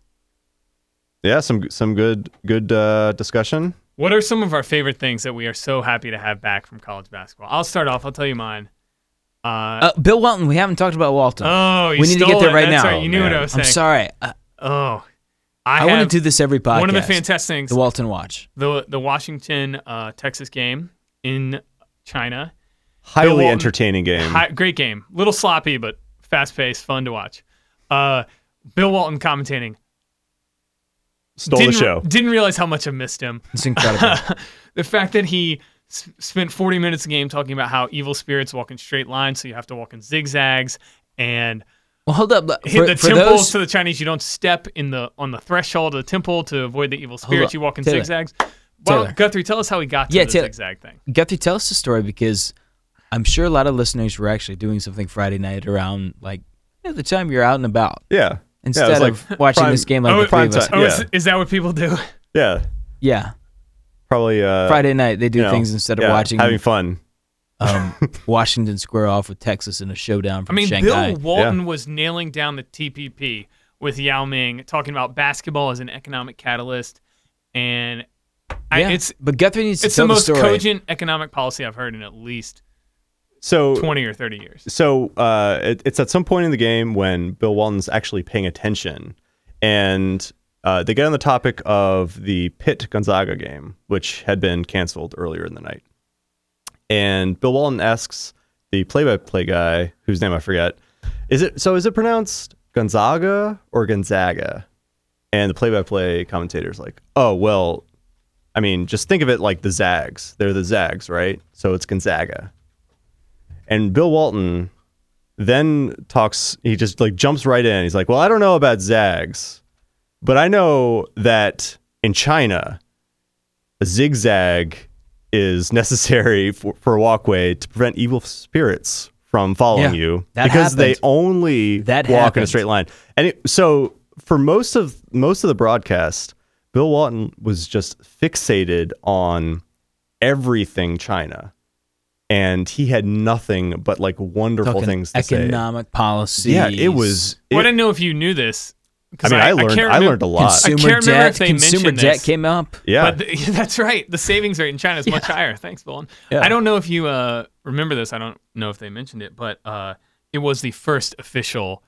[SPEAKER 2] yeah, some some good good uh, discussion.
[SPEAKER 3] What are some of our favorite things that we are so happy to have back from college basketball? I'll start off. I'll tell you mine. Uh,
[SPEAKER 1] Uh, Bill Walton. We haven't talked about Walton.
[SPEAKER 3] oh, you
[SPEAKER 1] we need to get
[SPEAKER 3] stole
[SPEAKER 1] there
[SPEAKER 3] it.
[SPEAKER 1] right
[SPEAKER 3] That's
[SPEAKER 1] now.
[SPEAKER 3] Right. You knew
[SPEAKER 2] Oh,
[SPEAKER 3] what I
[SPEAKER 2] man.
[SPEAKER 3] was
[SPEAKER 1] I'm
[SPEAKER 3] saying.
[SPEAKER 1] sorry. I,
[SPEAKER 3] Oh, I,
[SPEAKER 1] I
[SPEAKER 3] have
[SPEAKER 1] want to do this every podcast.
[SPEAKER 3] one of the fantastic things.
[SPEAKER 1] The Walton Watch.
[SPEAKER 3] The the Washington uh, Texas game in China.
[SPEAKER 2] Highly
[SPEAKER 3] Walton-
[SPEAKER 2] entertaining game.
[SPEAKER 3] Hi, great game. Little sloppy, but fast paced, fun to watch. Uh, Bill Walton commentating.
[SPEAKER 2] Stole
[SPEAKER 3] didn't,
[SPEAKER 2] the show.
[SPEAKER 3] Didn't realize how much I missed him.
[SPEAKER 1] It's incredible.
[SPEAKER 3] the fact that he s- spent 40 minutes a game talking about how evil spirits walk in straight lines, so you have to walk in zigzags, and
[SPEAKER 1] well, hold up.
[SPEAKER 3] hit
[SPEAKER 1] For,
[SPEAKER 3] the
[SPEAKER 1] for
[SPEAKER 3] temples
[SPEAKER 1] those,
[SPEAKER 3] to the Chinese. You don't step in the on the threshold of the temple to avoid the evil spirits.
[SPEAKER 1] on.
[SPEAKER 3] You walk in
[SPEAKER 1] Taylor.
[SPEAKER 3] zigzags. Well,
[SPEAKER 1] Taylor.
[SPEAKER 3] Guthrie, tell us how he got to
[SPEAKER 1] Yeah,
[SPEAKER 3] the
[SPEAKER 1] Taylor.
[SPEAKER 3] zigzag thing.
[SPEAKER 1] Guthrie, tell us the story because I'm sure a lot of listeners were actually doing something Friday night around like you know, the time you're out and about
[SPEAKER 2] yeah.
[SPEAKER 1] instead
[SPEAKER 2] yeah, it was
[SPEAKER 1] of watching
[SPEAKER 2] prime-
[SPEAKER 1] this game like
[SPEAKER 3] Oh,
[SPEAKER 1] the three of us.
[SPEAKER 2] prime time.
[SPEAKER 3] Oh, is,
[SPEAKER 2] Yeah.
[SPEAKER 3] is that what people do?
[SPEAKER 2] Yeah,
[SPEAKER 1] Yeah,
[SPEAKER 2] probably uh,
[SPEAKER 1] Friday night they do
[SPEAKER 2] you know,
[SPEAKER 1] things instead of
[SPEAKER 2] yeah,
[SPEAKER 1] watching
[SPEAKER 2] having fun.
[SPEAKER 1] um, Washington square off with Texas in a showdown
[SPEAKER 3] I
[SPEAKER 1] from
[SPEAKER 3] mean,
[SPEAKER 1] Shanghai.
[SPEAKER 3] Bill Walton was nailing down the TPP with Yao Ming, talking about basketball as an economic catalyst, and I,
[SPEAKER 1] yeah,
[SPEAKER 3] it's
[SPEAKER 1] but Guthrie needs to
[SPEAKER 3] it's the
[SPEAKER 1] tell
[SPEAKER 3] most
[SPEAKER 1] story.
[SPEAKER 3] cogent economic policy I've heard in at least
[SPEAKER 2] So
[SPEAKER 3] 20 or 30 years.
[SPEAKER 2] so uh, it, it's at some point in the game when Bill Walton's actually paying attention, and uh, they get on the topic of the Pitt Gonzaga game, which had been canceled earlier in the night. And Bill Walton asks the play-by-play guy, whose name I forget, is it so? Is it pronounced Gonzaga or Gonzaga? And the play-by-play commentator's like, "Oh well, I mean, just think of it like the Zags. They're the Zags, right? So it's Gonzaga." And Bill Walton then talks, he just like jumps right in. He's like, Well, I don't know about zags, but I know that in China, a zigzag is necessary for, for a walkway to prevent evil spirits from following
[SPEAKER 1] Yeah,
[SPEAKER 2] you
[SPEAKER 1] that
[SPEAKER 2] because they
[SPEAKER 1] happened.
[SPEAKER 2] only
[SPEAKER 1] That
[SPEAKER 2] walk in a
[SPEAKER 1] happened.
[SPEAKER 2] straight line. And it, so for most of most of the broadcast, Bill Walton was just fixated on everything China. And he had nothing but like wonderful
[SPEAKER 1] Talking
[SPEAKER 2] things to say.
[SPEAKER 1] economic policy.
[SPEAKER 2] Yeah, it was.
[SPEAKER 3] Well, I
[SPEAKER 2] it-
[SPEAKER 3] didn't know if you knew this.
[SPEAKER 2] I
[SPEAKER 3] 'cause
[SPEAKER 2] mean, I, learned.
[SPEAKER 3] can't
[SPEAKER 2] I,
[SPEAKER 3] remem-
[SPEAKER 2] learned a lot.
[SPEAKER 3] I can't
[SPEAKER 1] Consumer
[SPEAKER 3] remember if
[SPEAKER 1] debt.
[SPEAKER 3] they
[SPEAKER 1] Consumer
[SPEAKER 3] mentioned
[SPEAKER 1] debt
[SPEAKER 3] this.
[SPEAKER 1] came up.
[SPEAKER 2] yeah,
[SPEAKER 3] But the, that's right. The savings rate in China is much higher. Thanks, Bolin.
[SPEAKER 2] Yeah.
[SPEAKER 3] I don't know if you uh, remember this. I don't know if they mentioned it, but uh, it was the first official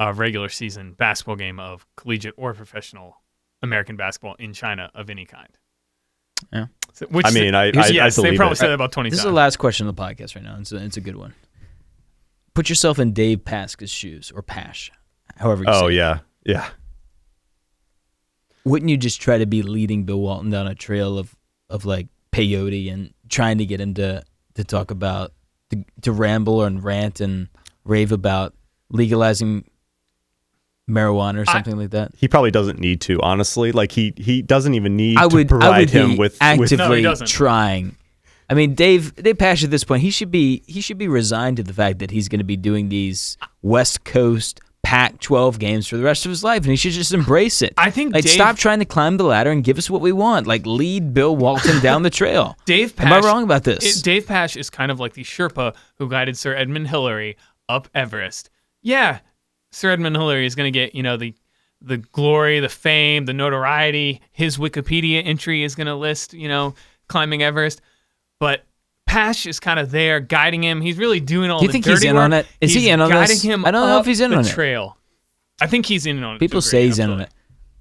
[SPEAKER 3] uh, regular season basketball game of collegiate or professional American basketball in China of any kind.
[SPEAKER 1] Yeah.
[SPEAKER 3] So- which
[SPEAKER 2] I mean, I, I,
[SPEAKER 1] Here's-
[SPEAKER 2] I
[SPEAKER 3] yes, they
[SPEAKER 2] believe
[SPEAKER 3] probably
[SPEAKER 2] it.
[SPEAKER 3] said that about twenty
[SPEAKER 1] This is the
[SPEAKER 3] times.
[SPEAKER 1] last question of the podcast right now. It's a, it's a good one. Put yourself in Dave Paska's shoes or Pash, however you
[SPEAKER 2] Oh
[SPEAKER 1] say it.
[SPEAKER 2] yeah, yeah.
[SPEAKER 1] Wouldn't you just try to be leading Bill Walton down a trail of, of like peyote and trying to get him to, to talk about, to, to ramble and rant and rave about legalizing marijuana or something like that.
[SPEAKER 2] He probably doesn't need to, honestly. Like he he doesn't even need
[SPEAKER 1] I would,
[SPEAKER 2] to provide
[SPEAKER 1] I would
[SPEAKER 2] him
[SPEAKER 1] be
[SPEAKER 2] with
[SPEAKER 1] actively
[SPEAKER 2] with
[SPEAKER 3] No, he doesn't.
[SPEAKER 1] trying. I mean, Dave, Dave Pash at this point, he should be he should be resigned to the fact that he's going to be doing these West Coast Pac-12 games for the rest of his life, and he should just embrace it.
[SPEAKER 3] I think
[SPEAKER 1] like
[SPEAKER 3] Dave-
[SPEAKER 1] stop trying to climb the ladder and give us what we want. Like lead Bill Walton down the trail.
[SPEAKER 3] Dave Pash,
[SPEAKER 1] Am I wrong about this?
[SPEAKER 3] it- Dave Pash is kind of like the Sherpa who guided Sir Edmund Hillary up Everest. Yeah, Sir Edmund Hillary is going to get you know the the glory, the fame, the notoriety. His Wikipedia entry is going to list you know climbing Everest, but. Pash is kind of there, guiding him. He's really doing all
[SPEAKER 1] Do you
[SPEAKER 3] the
[SPEAKER 1] think he's
[SPEAKER 3] dirty
[SPEAKER 1] in
[SPEAKER 3] work.
[SPEAKER 1] on it? Is he
[SPEAKER 3] He's
[SPEAKER 1] in on
[SPEAKER 3] guiding
[SPEAKER 1] this?
[SPEAKER 3] Him
[SPEAKER 1] I don't know
[SPEAKER 3] up
[SPEAKER 1] if he's in
[SPEAKER 3] the
[SPEAKER 1] on it.
[SPEAKER 3] trail. I think he's in on it. to
[SPEAKER 1] People
[SPEAKER 3] a
[SPEAKER 1] say
[SPEAKER 3] degree,
[SPEAKER 1] he's in on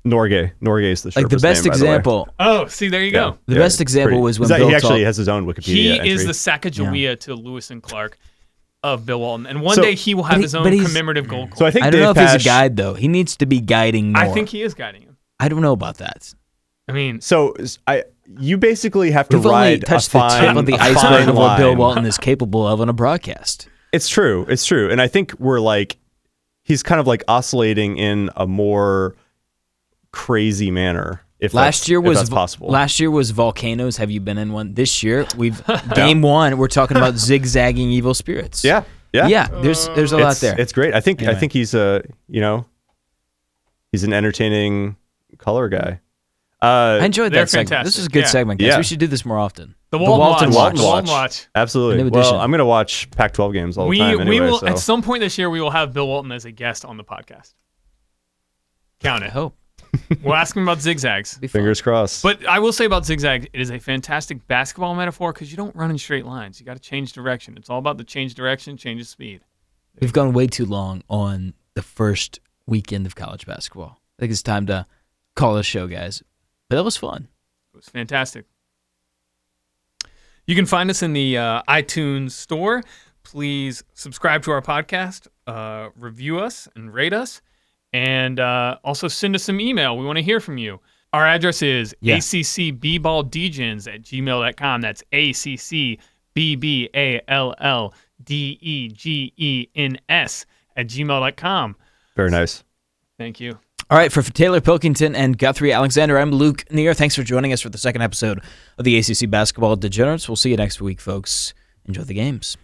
[SPEAKER 3] absolutely.
[SPEAKER 1] it.
[SPEAKER 2] Norgay. Norgay is the
[SPEAKER 1] Like the
[SPEAKER 2] Sherpa's
[SPEAKER 1] best
[SPEAKER 2] name, by the way.
[SPEAKER 1] example,
[SPEAKER 3] Oh, see, there you
[SPEAKER 2] Yeah.
[SPEAKER 3] go.
[SPEAKER 1] the
[SPEAKER 2] Yeah,
[SPEAKER 1] best
[SPEAKER 2] it's
[SPEAKER 1] example
[SPEAKER 2] pretty-
[SPEAKER 1] was when
[SPEAKER 2] Is that-
[SPEAKER 1] Bill
[SPEAKER 2] he actually
[SPEAKER 1] talked-
[SPEAKER 2] has his own Wikipedia.
[SPEAKER 3] He is
[SPEAKER 2] entry.
[SPEAKER 3] the Sacagawea to Lewis and Clark of Bill Walton, and one
[SPEAKER 2] So-
[SPEAKER 3] day he will have
[SPEAKER 1] But he-
[SPEAKER 3] his own
[SPEAKER 1] but he's-
[SPEAKER 3] commemorative gold coin.
[SPEAKER 2] So I think
[SPEAKER 1] I don't
[SPEAKER 2] Dave
[SPEAKER 1] know if
[SPEAKER 2] Pash,
[SPEAKER 1] he's a guide though. He needs to be guiding more.
[SPEAKER 3] I think he is guiding him.
[SPEAKER 1] I don't know about that.
[SPEAKER 3] I mean,
[SPEAKER 2] So is- I you basically have to
[SPEAKER 1] We've only
[SPEAKER 2] ride a
[SPEAKER 1] touched the
[SPEAKER 2] fine,
[SPEAKER 1] tip of the
[SPEAKER 2] a
[SPEAKER 1] iceberg
[SPEAKER 2] fine
[SPEAKER 1] of what Bill
[SPEAKER 2] line.
[SPEAKER 1] Walton is capable of on a broadcast.
[SPEAKER 2] It's true. It's true. And I think we're like, he's kind of like oscillating in a more crazy manner. If
[SPEAKER 1] Last
[SPEAKER 2] that's-
[SPEAKER 1] year
[SPEAKER 2] if
[SPEAKER 1] was
[SPEAKER 2] that's possible.
[SPEAKER 1] last year was volcanoes. Have you been in one? This year we've game one. We're talking about zigzagging evil spirits.
[SPEAKER 2] yeah, yeah,
[SPEAKER 1] yeah. there's there's a lot
[SPEAKER 2] It's,
[SPEAKER 1] there.
[SPEAKER 2] it's great. I think
[SPEAKER 1] Anyway.
[SPEAKER 2] I think he's a you know, he's an entertaining color guy. Uh,
[SPEAKER 1] I enjoyed
[SPEAKER 3] They're
[SPEAKER 1] that segment. This is a
[SPEAKER 3] fantastic,
[SPEAKER 1] good
[SPEAKER 3] yeah.
[SPEAKER 1] segment, guys.
[SPEAKER 2] Yeah.
[SPEAKER 1] We should do this more often.
[SPEAKER 3] the Walton, watch,
[SPEAKER 2] Walton
[SPEAKER 3] The Walton watch.
[SPEAKER 2] absolutely.
[SPEAKER 1] New
[SPEAKER 2] Well,
[SPEAKER 1] edition.
[SPEAKER 2] I'm gonna watch Pac-12 games all
[SPEAKER 3] We
[SPEAKER 2] the time anyway.
[SPEAKER 3] we will
[SPEAKER 2] so.
[SPEAKER 3] at some point this year we will have Bill Walton as a guest on the podcast. Count
[SPEAKER 1] I
[SPEAKER 3] it.
[SPEAKER 1] hope.
[SPEAKER 3] We'll ask him about zigzags.
[SPEAKER 1] It'd be fun.
[SPEAKER 2] Fingers crossed.
[SPEAKER 3] But I will say about zigzag, it is a fantastic basketball metaphor because you don't run in straight lines. You got to change direction. It's all about the change direction, change of speed.
[SPEAKER 1] We've gone way too long on the first weekend of college basketball. I think it's time to call a show, guys. But that was fun.
[SPEAKER 3] It was fantastic. You can find us in the uh, iTunes store. Please subscribe to our podcast, uh, review us, and rate us. And uh, also send us some email. We want to hear from you. Our address is
[SPEAKER 1] Yeah.
[SPEAKER 3] accbballdegens at gmail.com. That's E accbballdegens at gmail.com.
[SPEAKER 2] Very nice.
[SPEAKER 3] Thank you.
[SPEAKER 1] All right, for Taylor Pilkington and Guthrie Alexander, I'm Luke Neer. Thanks for joining us for the second episode of the ACC Basketball Degenerates. We'll see you next week, folks. Enjoy the games.